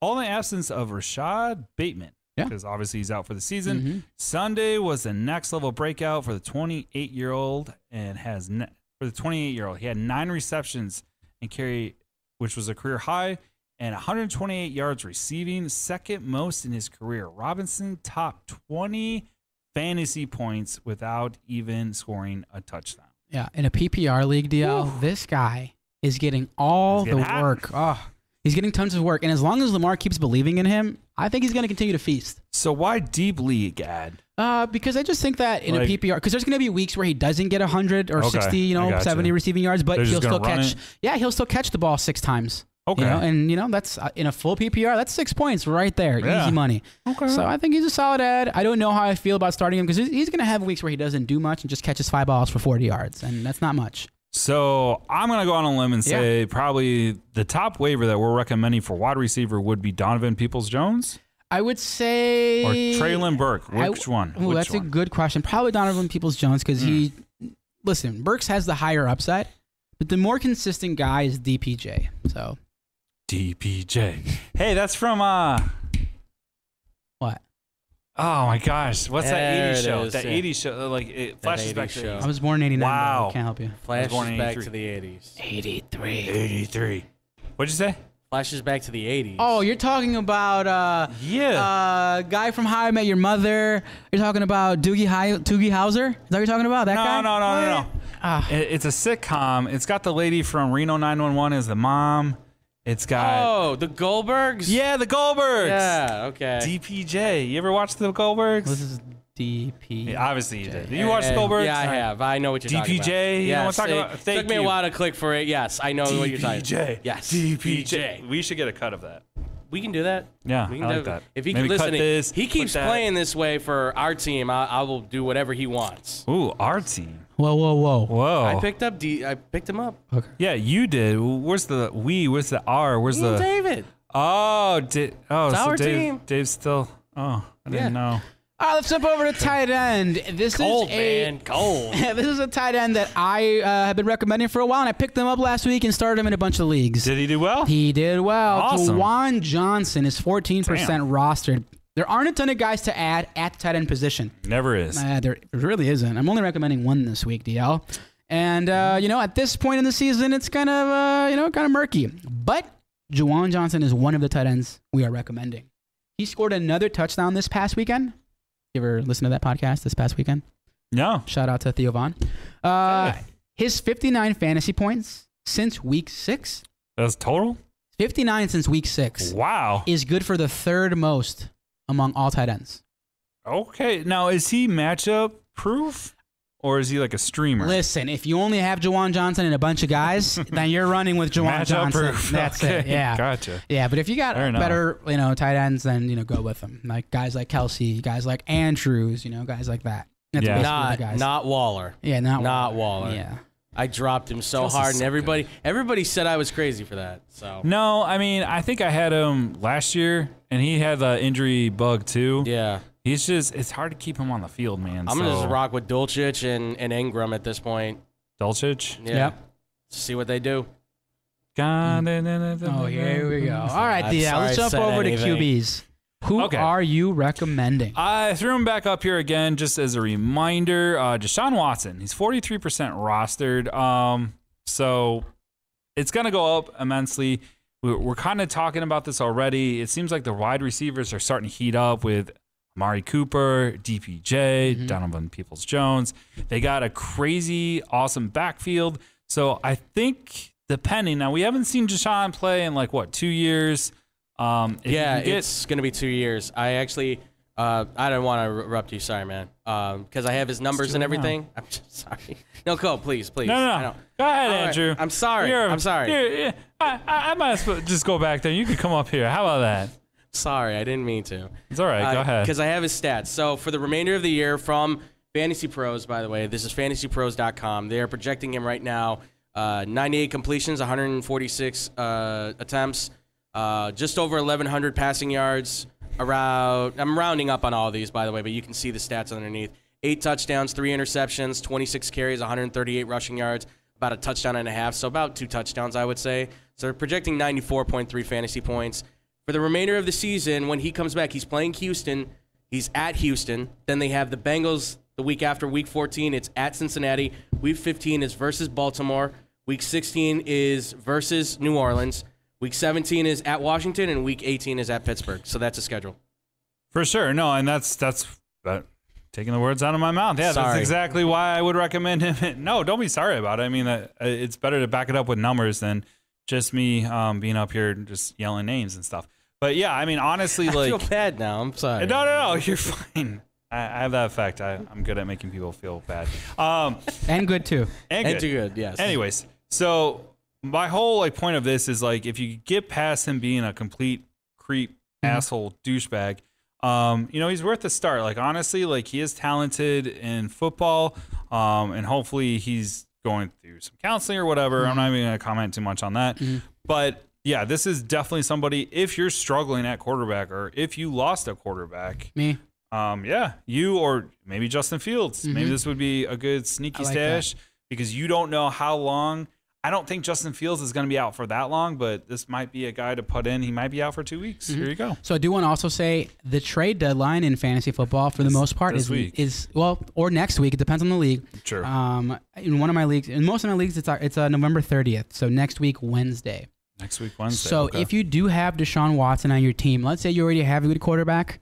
all in the absence of Rashad Bateman.
Yeah. Mm-hmm.
Because obviously he's out for the season. Sunday was the next level breakout for the 28 year old and has ne- for the 28 year old. He had nine receptions and carry, which was a career high, and 128 yards receiving, second most in his career. Robinson topped 20 fantasy points without even scoring a touchdown.
Yeah, in a PPR league, DL, this guy is getting all
He's getting
the
hot.
work. Oh, he's getting tons of work. And as long as Lamar keeps believing in him, I think he's going to continue to feast.
So why deep league ad?
Uh, because I just think that in
Like-
a PPR, because there's going to be weeks where he doesn't get 100 or
Okay,
60, you
I
know,
gotcha.
70 receiving yards, but
They're just
he'll still
gonna run
catch.
it?
Yeah, he'll still catch the ball six times.
Okay.
You know, and you know that's uh, in a full PPR. That's six points right there,
Yeah.
easy money. Okay. So I think he's a solid ad. I don't know how I feel about starting him because he's, he's going to have weeks where he doesn't do much and just catches five balls for 40 yards, and that's not much.
So I'm gonna go on a limb and say probably the top waiver that we're recommending for wide receiver would be Donovan Peoples Jones
I would say
or Traylon Burke.
Eh, I-
Which one?
Ooh,
Which
that's
one? Mm.
a good question. Probably Donovan Peoples Jones because he, listen, Burks has the higher upside, but the more consistent guy is DPJ. So
DPJ. Hey, that's from uh
what?
oh my gosh, what's
There
that 80s
it
show?
is,
that
yeah.
80s show uh, like it flashes
80s
back to the
show.
80s.
I was born in '89.
Wow.
Can't help you.
Flashes
born in
back
83.
to the 80s.
'83.
83. What'd you say?
Flashes back to the 80s.
Oh, you're talking about uh,
Yeah.
uh, guy from How I Met Your Mother. You're talking about Doogie Hi- Doogie Hauser. Is that what you're talking about? That guy?
no, no, no, no, no.
Ah.
It- it's a sitcom. It's got the lady from Reno 911 as the mom. It's got
Oh, the Goldbergs?
Yeah, the Goldbergs.
Yeah, okay.
DPJ. You ever watched the Goldbergs?
This is DP.
Yeah, obviously you did. You watched Goldbergs?
Yeah, I have. I know what you're talking about.
DPJ, you know what I'm talking
it
about? Thank
took me
you.
a while to click for it. Yes, I know what you're talking
DPJ.
about. Yes.
DPJ. We should get a cut of that.
We can do that.
Yeah,
we can
I like
do-
that.
If he
Maybe
can
cut
listen,
this,
he
put
keeps
that.
playing this way for our team. I, I will do whatever he wants.
Ooh, our team.
Whoa, whoa, whoa.
Whoa.
I picked up D. I picked him up.
yeah, you did. Where's the we? Where's the R? Where's the
David.
Oh, Dave, oh, so
our
Dave,
team.
Dave's still. Oh, I didn't know.
All right, let's jump over to tight end. This
Cold
is a
man. Cold.
this is a tight end that I uh, have been recommending for a while, and I picked them up last week and started him in a bunch of leagues.
Did he do well?
He did well.
Awesome.
Juwan Johnson is 14%
Damn.
rostered. There aren't a ton of guys to add at the tight end position.
Never is.
Uh, there really isn't. I'm only recommending one this week, DL. And uh, you know, at this point in the season, it's kind of uh, you know kind of murky. But Juwan Johnson is one of the tight ends we are recommending. He scored another touchdown this past weekend. You ever listen to that podcast this past weekend?
No.
Shout out to Theo Vaughn. Uh, his 59 fantasy points since week six,
That's total?
59 since week six,
Wow.
is good for the third most among all tight ends.
Okay. Now is he matchup proof, or is he like a streamer?
Listen, if you only have Jawan Johnson and a bunch of guys, then you're running with Jawan
matchup
Johnson.
proof.
That's it.
Okay,
Yeah.
Gotcha.
Yeah, but if you got
Fair enough.
better, you know, tight ends, then you know, go with them. Like guys like Kelsey, guys like Andrews, you know, guys like that. That's
Yeah.
basically
Not
the guys.
not Waller.
yeah, not
not Waller.
Yeah.
I dropped him so
Kelsey's
hard, and
so
everybody everybody said I was crazy for that. So
No, I mean I think I had him last year, and he had the injury bug too.
yeah,
He's just it's hard to keep him on the field, man.
I'm gonna
so.
just rock with Dulcich and, and Ingram at this point.
Dulcich.
Yeah,
Yep.
see what they do.
Oh,
Oh,
here we go. All right,
I'm
the,
sorry
let's
I
jump
said
over
anything.
to QBs. Who
Okay. Uh,
are you recommending?
I threw him back up here again, just as a reminder. Uh, Deshaun Watson, he's 43% rostered. Um, so it's going to go up immensely. We- We're kind of talking about this already. It seems like the wide receivers are starting to heat up with Amari Cooper, DPJ,
Mm-hmm.
Donovan Peoples Jones. They got a crazy, awesome backfield. So I think, depending, now we haven't seen Deshaun play in like what, two years? Um, if you
yeah,
can get-
it's gonna be two years. I actually, uh, I don't want to interrupt you. Sorry, man, because I have his numbers and
it now.
everything. I'm just sorry. No, go, please, please.
No,
I
no, no.
don't-
Go ahead,
All right.
Andrew.
I'm sorry.
You're-
I'm sorry.
you're- yeah. I, I, I might as well just go back there. You could come up here. How about that?
Sorry, I didn't mean to.
It's all right. go ahead.
Because Uh, I have his stats. So for the remainder of the year from Fantasy Pros, by the way, this is fantasypros.com. They are projecting him right now uh, 98 completions, 146 uh, attempts, uh, just over 1,100 passing yards. Around, I'm rounding up on all these, by the way, but you can see the stats underneath. Eight touchdowns, three interceptions, 26 carries, 138 rushing yards, about a touchdown and a half. So about two touchdowns, I would say. So they're projecting 94.3 fantasy points for the remainder of the season when he comes back he's playing houston he's at houston then they have the bengals the week after week 14 it's at cincinnati week 15 is versus baltimore week 16 is versus new orleans week 17 is at washington and week 18 is at pittsburgh so that's a schedule
For sure. No, and that's that's that, taking the words out of my mouth. Yeah, that's
Sorry.
exactly why I would recommend him. no, don't be sorry about it. I mean, uh, it's better to back it up with numbers than just me um, being up here and just yelling names and stuff. But yeah, I mean, honestly,
i
like
feel bad now i'm sorry
No, no, no. You're fine. I, I have that effect. I, I'm good at making people feel bad. Um,
And good too.
and
and
good.
too good yes
Anyways, so my whole like point of this is like if you get past him being a complete creep asshole douchebag, um, you know he's worth a start. Like honestly, like he is talented in football, um, and hopefully he's going through some counseling or whatever. I'm not even gonna comment too much on that, but. Yeah, this is definitely somebody. If you're struggling at quarterback, or if you lost a quarterback,
Me.
um, yeah, you or maybe Justin Fields. Maybe this would be a good sneaky
Mm-hmm. I like
stash because you don't know how long. I don't think Justin Fields is going to be out for that long, but this might be a guy to put in. He might be out for two weeks.
Mm-hmm.
Here you go.
So I do want to also say the trade deadline in fantasy football, for the most part,
this
is
week.
is well or next week. It depends on the league.
True.
Um, in one of my leagues, in most of my leagues, it's uh, it's uh, November 30th, so next week Wednesday.
Next week, Wednesday.
So
Okay.
if you do have Deshaun Watson on your team, let's say you already have a good quarterback,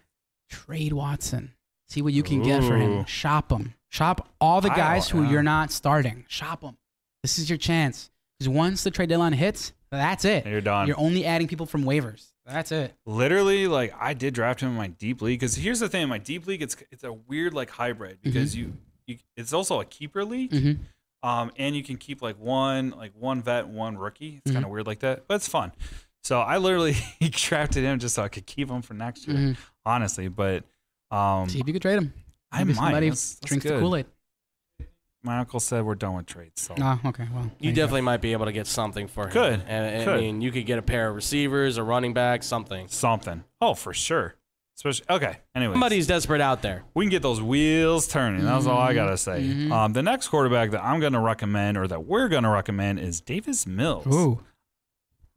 trade Watson. See what you can get for
Ooh.
him. Shop him. Shop all the
I
guys
don't
who
know.
you're not starting. Shop them. This is your chance. Because once the trade deadline hits, that's it.
you're done.
You're only adding people from waivers. That's it.
literally like I did draft him in my deep league because here's the thing: in my deep league, it's it's a weird like hybrid
Mm-hmm.
because you, you it's also a keeper league,
Mhm.
um, and you can keep like one like one vet, one rookie.
Mm-hmm.
It's kind of weird like that, but it's fun. So I literally drafted him just so I could keep him for next year, honestly. But um,
Mm-hmm. See if you could trade him.
I might.
somebody
That's- that's
drinks
good.
the Kool Aid.
my uncle said we're done with trades, so
Ah, okay. Well,
you
there go.
definitely might be able to get something for him
Could.
And- and
Could.
i mean you could get a pair of receivers a running back something
something. Oh, for sure. Especially okay. Anyway,
somebody's desperate out there
we can get those wheels turning. That's all I gotta say.
Mm-hmm.
Um, the next quarterback that I'm gonna recommend, or that we're gonna recommend, is Davis Mills.
Ooh,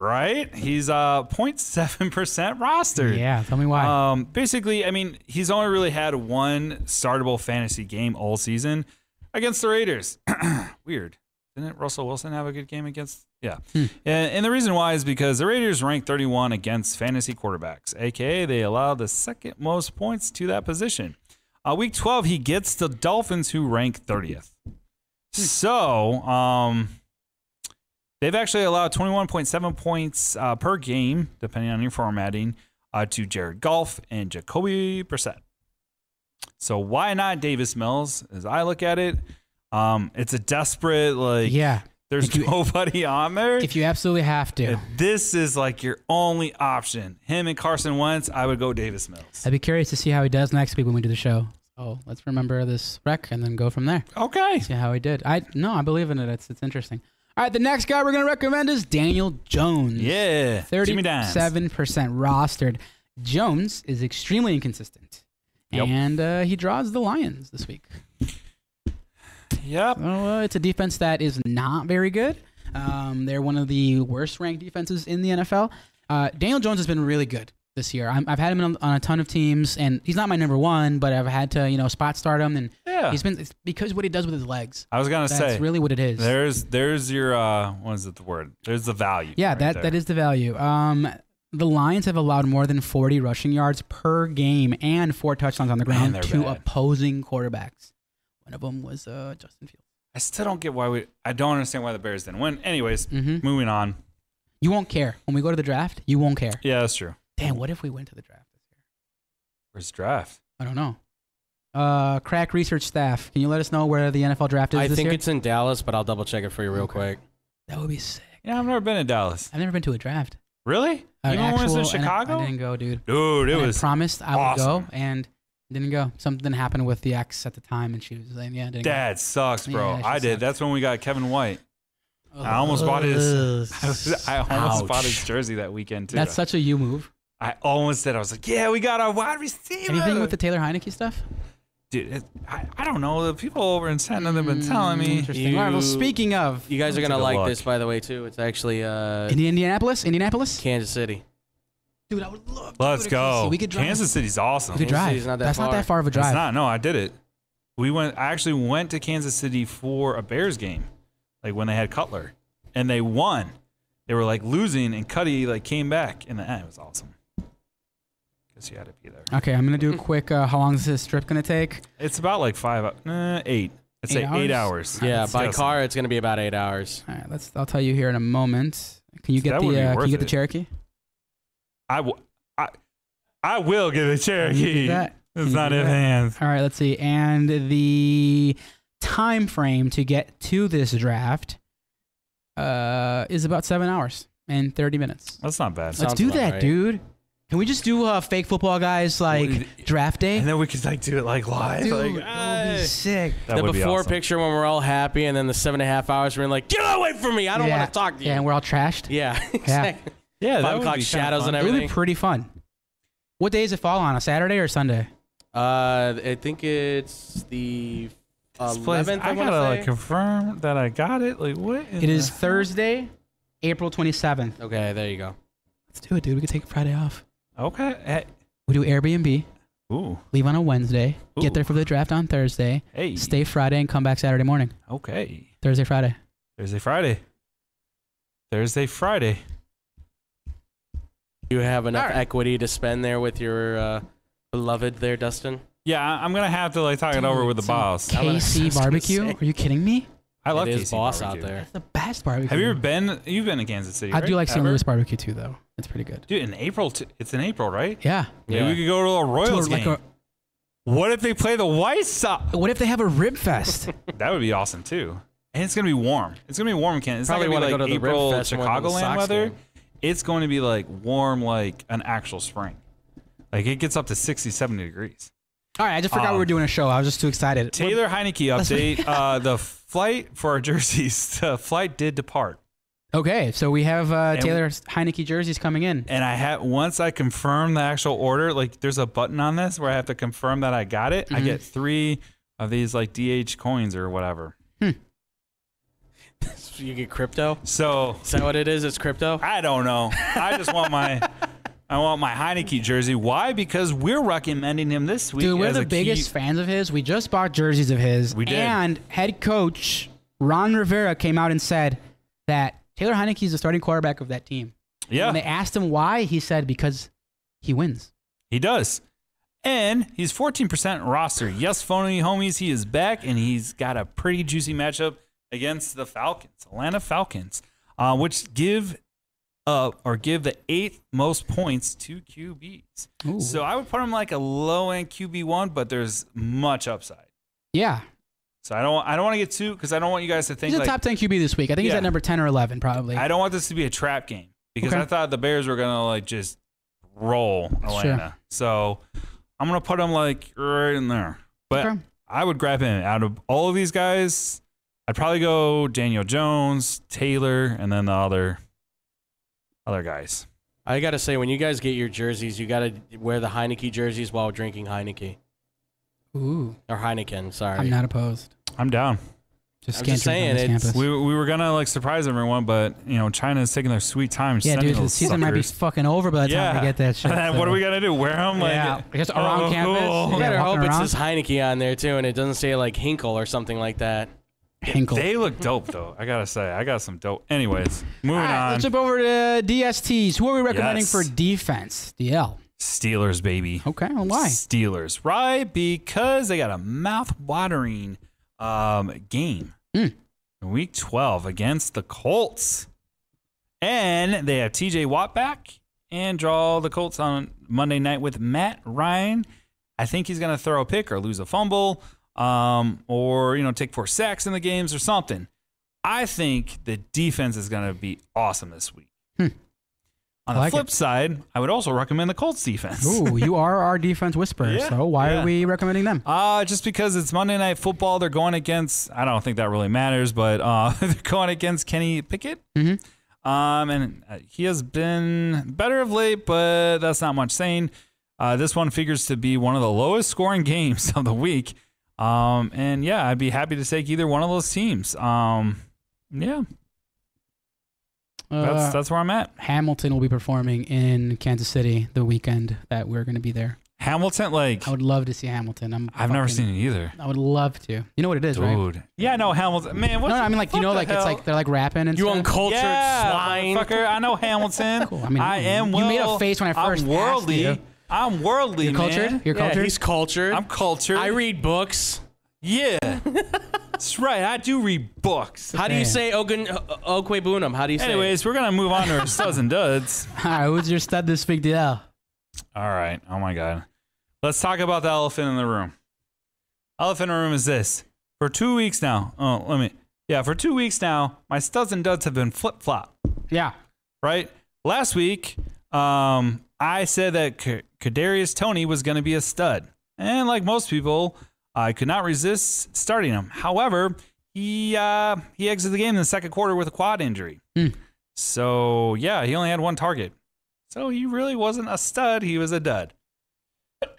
Right? He's uh 0.7 percent rostered.
yeah. Tell me why.
Um, basically, I mean, he's only really had one startable fantasy game all season against the Raiders. Weird. Didn't Russell Wilson have a good game against? Yeah.
Hmm.
And, and the reason why is because the Raiders ranked 31 against fantasy quarterbacks, aka they allow the second most points to that position. Uh, week 12, he gets the Dolphins, who rank 30th. So, um, They've actually allowed 21.7 points uh, per game, depending on your formatting, uh, to Jared Goff and Jacoby Brissett. So why not Davis Mills? As I look at it, um, it's a desperate like
Yeah.
There's
If you-
nobody on there.
If you absolutely have to.
this is like your only option. Him and Carson Wentz, I would go Davis Mills.
I'd be curious to see how he does next week when we do the show. Oh, let's remember this wreck and then go from there.
Okay.
See how he did. I no, I believe in it. It's it's interesting. All right, the next guy we're gonna recommend is Daniel Jones.
Yeah. Jimmy Dimes.
Thirty-seven percent rostered. Jones is extremely inconsistent,
Yep.
and uh, he draws the Lions this week.
Yep.
Well, uh, it's a defense that is not very good. Um, they're one of the worst ranked defenses in the NFL. Uh, Daniel Jones has been really good this year. I'm, I've had him on, on a ton of teams, and he's not my number one, but I've had to you know spot start him, and
Yeah.
he's been it's because what he does with his legs.
I was gonna
That's
say
really what it is.
there's there's your uh what is it the word? There's the value.
yeah,
right
that
there.
that is the value. Um, the Lions have allowed more than 40 rushing yards per game and four touchdowns on the
Man,
ground
they're
to
bad.
opposing quarterbacks. One of them was uh, Justin Fields.
I still don't get why we I don't understand why the Bears didn't win. Anyways,
Mhm.
moving on.
You won't care when we go to the draft. You won't care.
Yeah, that's true.
Damn, what if we went to the draft this year?
Where's draft?
I don't know. Uh, crack research staff, can you let us know where the NFL draft is
I
this
think
year?
it's in Dallas, but I'll double check it for you real quick.
that would be sick.
Yeah, I've never been to Dallas.
I've never been to a draft.
Really?
An
you know when it was
actual-
in
and I-
Chicago?
I, didn't go, dude.
Dude, it
And I
was
promised I would
awesome.
go and didn't go. Something happened with the ex at the time, and she was like, "Yeah, I didn't
That sucks, bro.
Yeah, it
I
just
did.
sucked.
That's when we got Kevin White.
go."
I almost bought his- I, was- I almost
Ouch.
bought his jersey that weekend too.
That's such a you move.
I almost did. I was like, yeah, we got our wide receiver.
Anything with the Taylor Heineke stuff?
dude? It, I, I don't know. The people over in Santa have been telling
Mm,
me.
Interesting. All right. Well,
You-
speaking of
You guys are
Take
gonna
a
like
look.
this, by the way, too. It's actually uh,
Indi- Indianapolis, Indianapolis,
Kansas City.
dude, I would love. To
Let's
to
go.
KC. We could drive.
Kansas City's awesome.
we could
Kansas
drive.
City's not that
That's not
far.
that far of a drive.
It's not. No, I did it. We went. I actually went to Kansas City for a Bears game, like when they had Cutler, and they won. They were like losing, and Cuddy like came back in the end. It was awesome. Guess you had to be there.
Okay, I'm gonna do a quick. Uh, how long is this trip gonna take?
It's about like five, uh, eight. I'd say
Eight
eight
hours?
hours.
Yeah,
It's
by
disgusting.
car it's gonna be about eight hours.
All right, let's. I'll tell you here in a moment. Can you
That
get
would be
the? Uh, can
worth
you get the
it.
Cherokee?
I, w- I, I will get a Cherokee.
that? Can
It's
you
not
do
in
that?
hands.
All right, let's see. And the time frame to get to this draft uh, is about seven hours and thirty minutes.
That's not bad.
Let's
Sounds
do
about
that,
right.
dude. Can we just do uh, fake football guys like
What-
draft day?
And then we could like do it like live.
dude, that
like,
would be
hey.
sick.
That
the
would be
before
awesome.
picture when we're all happy, and then the seven and a half hours we're in like, get away from me! I don't
Yeah.
want to talk to you.
Yeah, and we're all trashed.
yeah, exactly.
Yeah, that
Five
would
o'clock
be kinda
shadows
fun.
and
It would be
everything.
pretty fun. What day does it fall on? A Saturday or Sunday?
Uh, I think it's the
This place-
eleventh.
I
I, want
gotta like
to say.
confirm that I got it. Like what? in
It is
the-
Thursday, April 27th.
okay, there you go.
Let's do it, dude. We could take Friday off.
okay. Hey.
We do Airbnb,
Ooh.
leave on a Wednesday, get
Ooh.
there for the draft on Thursday,
Hey.
stay Friday, and come back Saturday morning.
Okay.
Thursday, Friday.
Thursday, Friday. Thursday, Friday.
You have enough
Alright.
equity to spend there with your uh, beloved there, Dustin.
Yeah, I- I'm gonna have to like talk it over
Dude,
with the
some
boss.
I was
KC
just gonna
barbecue?
say.
Are you kidding me?
I love
it is
KC
boss
barbecue.
out there.
That's the best barbecue.
Have you ever been? You've been to Kansas City.
I do
right?
like St.
Ever?
Louis barbecue too, though. That's pretty good.
Dude, in April, t- it's in April, right?
Yeah.
Maybe
Yeah.
we could go to a Royals
Or like
game.
a-
what if they play the White Sox?
What if they have a rib fest?
That would be awesome too. And it's gonna be warm. It's gonna be warm in Kansas. It's
Probably
not
wanna
gonna
go
be
to the
like
Rib
April
Fest more than the
Chicagoland
Sox
weather.
game.
It's going to be like warm, like an actual spring. Like it gets up to 60, 70 degrees.
All right, I just forgot we
Um,
were doing a show. I was just too excited.
Taylor Heineke update: uh, the flight for our jerseys. The flight did depart,
Okay, so we have uh,
And-
Taylor Heineke jerseys coming in.
and I had once I confirm the actual order. Like there's a button on this where I have to confirm that I got it.
Mm-hmm.
I get three of these like DH coins or whatever.
You get crypto.
So
Is that what it is? It's crypto.
I don't know. I just want my I want my Heineke jersey. Why? Because we're recommending him this week.
Dude, we're
as a
the
key-
biggest fans of his. We just bought jerseys of his.
We did.
And head coach Ron Rivera came out and said that Taylor Heineke is the starting quarterback of that team. When they
yeah,
asked him why, he said because he wins.
he does. And he's 14% roster. Yes, phony homies, he is back, and he's got a pretty juicy matchup against the Falcons, Atlanta Falcons, uh, which give up or give the eighth most points to QBs. So I would put him like a low end QB one, but there's much upside.
Yeah.
So I don't I don't want to get too because I don't want you guys to think
He's a
like
top 10 QB this week. I think he's
Yeah.
at number 10 or 11, probably.
I don't want this to be a trap game because
Okay.
I thought the Bears were gonna like just roll Atlanta. So I'm gonna put him like right in there. But
Okay.
I would grab him out of all of these guys. I'd probably go Daniel Jones, Taylor, and then the other other guys.
I gotta say, when you guys get your jerseys, you gotta wear the Heineke jerseys while drinking Heineke
Ooh,
or Heineken. Sorry,
I'm not opposed.
I'm down.
Just
I'm
scan
just saying,
on
it's-
this campus.
We, we were gonna like surprise everyone, but you know China's taking their sweet time.
yeah,
sending
dude, the
those
season might be
suckers.
fucking over by the time
Yeah.
we get that shit.
And then what
so-
are we gonna do? Wear them? Like, Oh,
Yeah, I guess around campus.
You
Yeah,
better
walking
hope it
around.
says Heineke on there too, and it doesn't say like Hinkle or something like that.
Hinkle.
They look dope though. I gotta say, I got some dope. Anyways, moving
All right,
on.
let's jump over to DSTs. Who are we recommending
Yes.
for defense? DL.
Steelers, baby.
Okay, well, why?
Steelers, right? Because they got a mouth-watering um, game
Mm.
in Week 12 against the Colts, and they have T.J. Watt back and draw the Colts on Monday night with Matt Ryan. I think he's gonna throw a pick or lose a fumble, um, or you know take four sacks in the games or something. I think the defense is gonna be awesome this week. On
Hmm. I
the
like
flip
it.
side, I would also recommend the Colts defense.
Ooh, you are our defense whisperer,
Yeah,
so why
yeah.
are we recommending them?
Uh, just because it's Monday Night Football, they're going against. I don't think that really matters, but uh, they're going against Kenny Pickett.
Mhm.
Um, and uh, he has been better of late, but that's not much saying. Uh, this one figures to be one of the lowest scoring games of the week. Um, and yeah, I'd be happy to take either one of those teams. Um, yeah, that's
Uh,
that's where I'm at.
Hamilton will be performing in Kansas City the weekend that we're going to be there.
Hamilton, like
I would love to see Hamilton. I'm
I've never
fucking-
seen it either,
I would love to. You know what it is,
dude.
right?
Yeah, no Hamilton, man. What
No, no,
the-
I mean like you
what
know
the
like it's
hell?
like they're like rapping and
You
stuff.
uncultured swine!
Fucker, I know Hamilton.
Cool, I
I,
mean,
am.
you made a
well-
face when I first
I'm
asked
worldly.
you.
I'm worldly.
You're cultured.
man.
You're
Yeah,
cultured.
he's cultured.
I'm cultured.
I read books.
Yeah, that's right. I do read books.
How do you
Damn.
say Ogun O- Okwebunum? How do you say? it?
Anyways, we're gonna move on to our studs and duds.
All right, who's your stud this week, DL?
All right. Oh my god. Let's talk about the elephant in the room. Elephant in the room is this. For two weeks now. Oh, let me. Yeah, for two weeks now, my studs and duds have been flip flop.
Yeah.
right? Last week, um, I said that K- Kadarius Tony was going to be a stud, and like most people, I could not resist starting him. However, he uh, he exited the game in the second quarter with a quad injury,
Hmm.
so yeah, he only had one target. So he really wasn't a stud; he was a dud.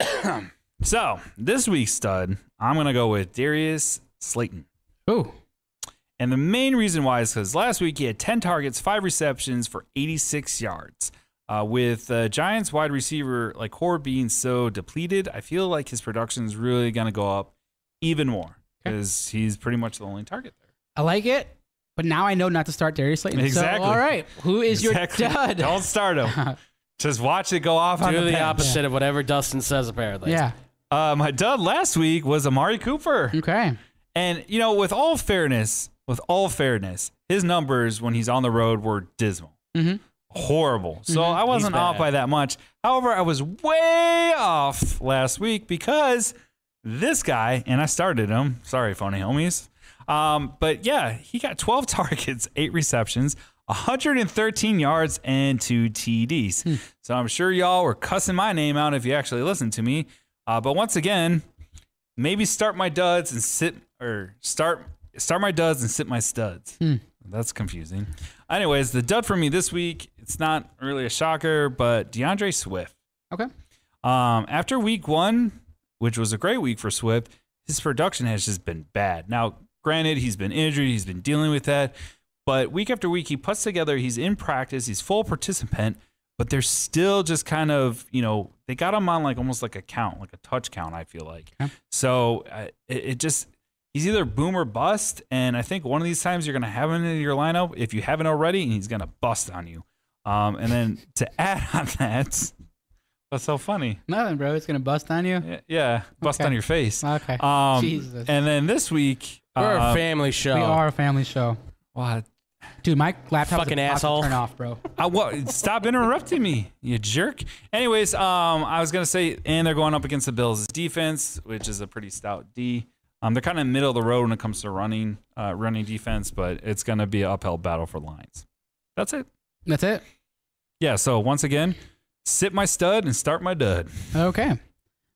so this week's stud, I'm going to go with Darius Slayton.
Ooh.
And the main reason why is because last week he had 10 targets, five receptions for 86 yards. Uh, with uh, Giants wide receiver like Horde being so depleted, I feel like his production is really going to go up even more because he's pretty much the only target there.
I like it, but now I know not to start Darius Slayton. So,
Exactly.
all right, who is
Exactly.
your dud?
Don't start him. Just watch it go off on
do
the,
the
bench.
opposite of whatever Dustin says. Apparently,
yeah.
Uh, my dud last week was Amari Cooper.
Okay.
And you know, with all fairness, with all fairness, his numbers when he's on the road were dismal,
Mhm.
horrible. So I wasn't
Mm-hmm. He's
off
bad.
by that much. However, I was way off last week because this guy and I started him. Sorry, phony homies. Um, but yeah, he got 12 targets, eight receptions. 113 yards and two TDs.
Hmm.
So I'm sure y'all were cussing my name out if you actually listened to me. Uh, but once again, maybe start my duds and sit or start start my duds and sit my studs. That's confusing. Anyways, the dud for me this week, it's not really a shocker, but DeAndre Swift.
Okay.
Um, after week one, which was a great week for Swift, his production has just been bad. Now, granted, he's been injured, he's been dealing with that, but week after week, he puts together, he's in practice, he's full participant, but they're still just kind of, you know, they got him on like almost like a count, like a touch count, I feel like.
Okay.
So uh, it, it just, he's either boom or bust. And I think one of these times you're going to have him in your lineup if you haven't already, and he's going to bust on you. Um, and then to add on that, that's so funny.
Nothing, bro. It's gonna bust on you.
Yeah, yeah, bust
Okay.
on your face.
Okay.
Um,
Jesus.
And then this week,
we're
uh,
a family show.
we are a family show.
well,
Dude, my laptop
Fucking
is about to
asshole.
turn off, bro.
I, what, stop interrupting me, you jerk. Anyways, um, I was gonna say, and they're going up against the Bills' defense, which is a pretty stout D. Um, they're kind of middle of the road when it comes to running, uh, running defense, but it's gonna be an uphill battle for lines. That's it.
That's it.
Yeah. So once again, sit my stud and start my dud.
Okay.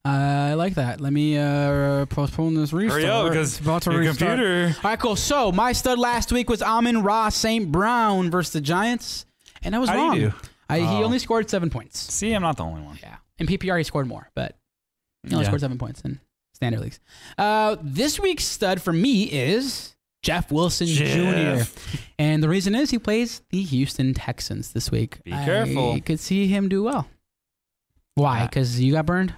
Uh, I like that. Let me uh, postpone this restart.
Hurry up, because
It's about to
your
restart.
computer.
All right, cool. So my stud last week was Amon Ra St. Brown versus the Giants, and I was
How you
wrong.
do?
I, He
Oh.
only scored seven points.
See, I'm not the only one.
Yeah, in PPR he scored more, but he only
Yeah.
scored seven points in standard leagues. Uh, this week's stud for me is Jeff Wilson
Jeff.
Jr. And the reason is he plays the Houston Texans this week.
Be careful.
I could see him do well. Why?
Yeah.
Because you got burned.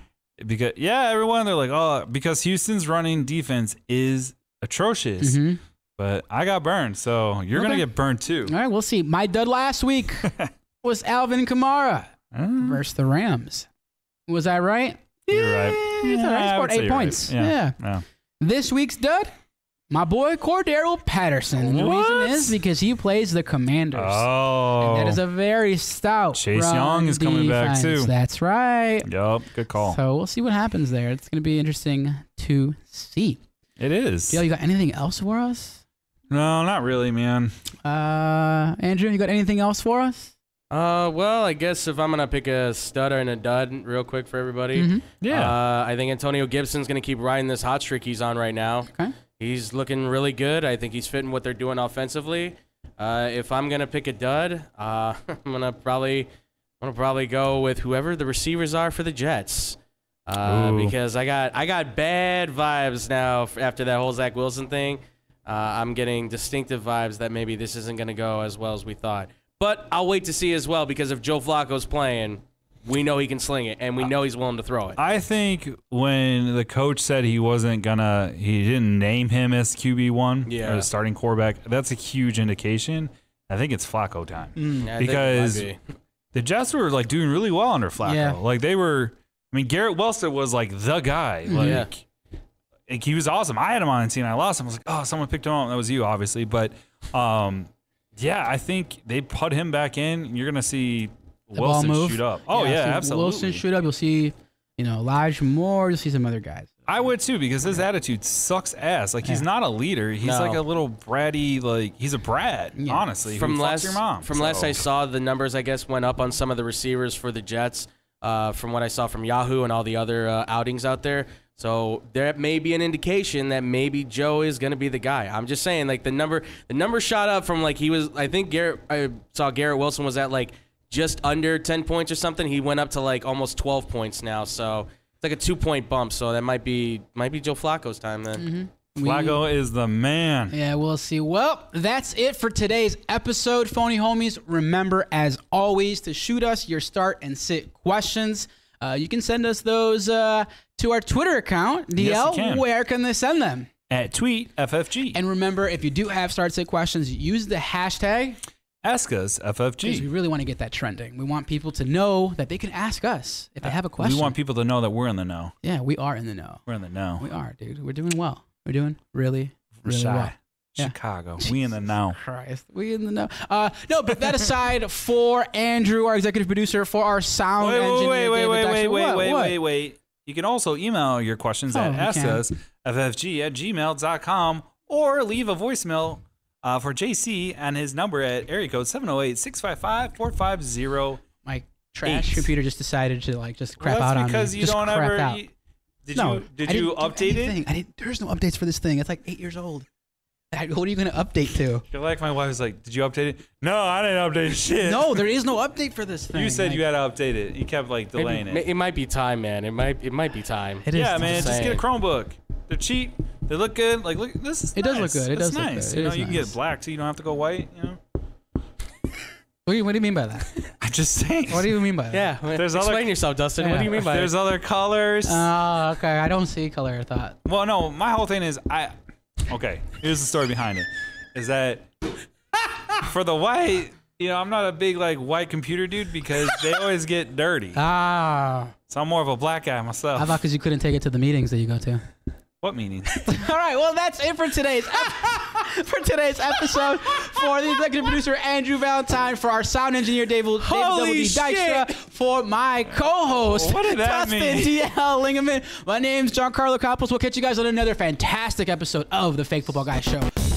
Because yeah, everyone they're like, oh, because Houston's running defense is atrocious.
Mm-hmm.
But I got burned, so you're gonna
Okay.
get burned too.
All right, we'll see. My dud last week was Alvin Kamara
Mm.
versus the Rams. Was I right?
You're right.
Yeah, it's all right.
Yeah,
He
I
scored
would say
eight
you're right.
points.
Yeah.
Yeah.
Yeah.
This week's dud, my boy Cordero Patterson. And The
What?
reason is because he plays the Commanders.
Oh.
And that is a very stout.
Chase
run
Young is coming back,
defense.
too.
That's right.
Yup, good call.
So we'll see what happens there. It's going to be interesting to see.
it is.
Dale, you got anything else for us?
No, not really, man.
Uh, Andrew, you got anything else for us?
Uh, well, I guess if I'm gonna pick a stud and a dud real quick for everybody,
Mhm.
Yeah.
uh, I think Antonio Gibson's gonna keep riding this hot streak he's on right now.
Okay.
He's looking really good. I think he's fitting what they're doing offensively. Uh, if I'm gonna pick a dud, uh, I'm gonna probably, I'm gonna probably go with whoever the receivers are for the Jets, uh,
Ooh.
because I got I got bad vibes now f- after that whole Zach Wilson thing. Uh, I'm getting distinctive vibes that maybe this isn't gonna go as well as we thought. But I'll wait to see as well because if Joe Flacco's playing, we know he can sling it and
Uh,
we know he's willing to throw it.
I think when the coach said he wasn't gonna, he didn't name him as QB one
Yeah.
or the starting quarterback. That's a huge indication. I think it's Flacco time
I think it might
because
be.
the Jets were like doing really well under Flacco.
Yeah.
Like they were. I mean, Garrett Wilson was like the guy.
Mm-hmm.
Like,
Yeah.
like, he was awesome. I had him on the team. I lost him. I was like, oh, someone picked him up. That was you, obviously. But um, yeah, I think they put him back in. and You're gonna see
The ball
Wilson
move.
shoot up. Oh yeah,
you'll see
absolutely.
Wilson shoot up. You'll see, you know, Elijah Moore. You'll see some other guys.
I would too because his attitude sucks ass. Like he's
Yeah.
not a leader. He's
No.
like a little bratty. Like he's a brat.
Yeah.
Honestly,
from
who fucks
last
your mom.
from last
so.
I saw the numbers I guess went up on some of the receivers for the Jets uh, from what I saw from Yahoo and all the other uh, outings out there. So there may be an indication that maybe Joe is going to be the guy. I'm just saying like the number the number shot up from like he was I think Garrett I saw Garrett Wilson was at like just under 10 points or something. He went up to like almost 12 points now. So it's like a 2 point bump. So that might be might be Joe Flacco's time then.
Mm-hmm.
We-
Flacco is the man.
Yeah, we'll see. Well, that's it for today's episode, phony homies. Remember, as always, to shoot us your start and sit questions. Uh, you can send us those uh, to our Twitter account. DL,
Yes, you can.
where can they send them?
At tweet FFG.
And remember, if you do have start sit questions, use the hashtag
Ask us
because we
FFG.
really want to get that trending. We want people to know that they can ask us if they have a
Uh, We
question.
want people to know that we're in the know.
yeah, we are in the know.
We're in the know.
We are, dude. We're doing well. We're doing really,
We're
really
shy.
well. Yeah.
Chicago. We in the know.
Christ, we in the know. Uh, no, but that aside, for Andrew, our executive producer, for our sound
Wait, wait,
engineer,
wait, wait,
David
wait,
Dexter-
wait, wait,
What?
wait,
What?
wait, wait. You can also email your questions
Oh,
at
you
ask
can.
us FFG at gmail.com or leave a voicemail uh, for JC and his number at area code 708 655 450.
My trash
Eight.
computer just decided to like just crap out on me.
because you
Just
don't
crap
ever.
out.
you- did
no,
you, did
I
you
didn't do
update it?
anything. I didn't. There's no updates for this thing. It's like eight years old. I- What are you going to update to?
You're like, my wife was like, did you update it? No, I didn't update shit.
No, there is no update for this thing.
You said
Like,
you had to update it. You kept like
Maybe-
delaying
ma-
it.
It might be time, man. It might it might be time.
It is.
Yeah, man, just get a
saying.
Chromebook. They're cheap. They look good. Like look, this is.
It does look
nice.
good. It
It's
does look
nice.
good.
You
It
know,
is
you can
nice.
get black so you don't have to go white. You know.
What do, you, what do you mean by that?
I'm just saying.
What do you mean by that?
Yeah,
There's other-
explain yourself, Dustin. What do you mean by
There's other colors.
Oh, okay. I don't see color. I thought.
well, no, my whole thing is I. Okay, here's the story behind it. Is that for the white? You know, I'm not a big like white computer dude because they always get dirty.
Ah,
So I'm more of a black guy
I
myself.
thought because you couldn't take it to the meetings that you go to.
what meaning?
All right, well, that's it for today's. ep- for today's episode. For the executive producer Andrew Valentine, for our sound engineer David
Holy
David
shit.
Dykstra, for my co-host
What did that
Dustin
mean?
DL Lingaman. My name's John Carlo Coppels. We'll catch you guys on another fantastic episode of the Fake Football Guys Show.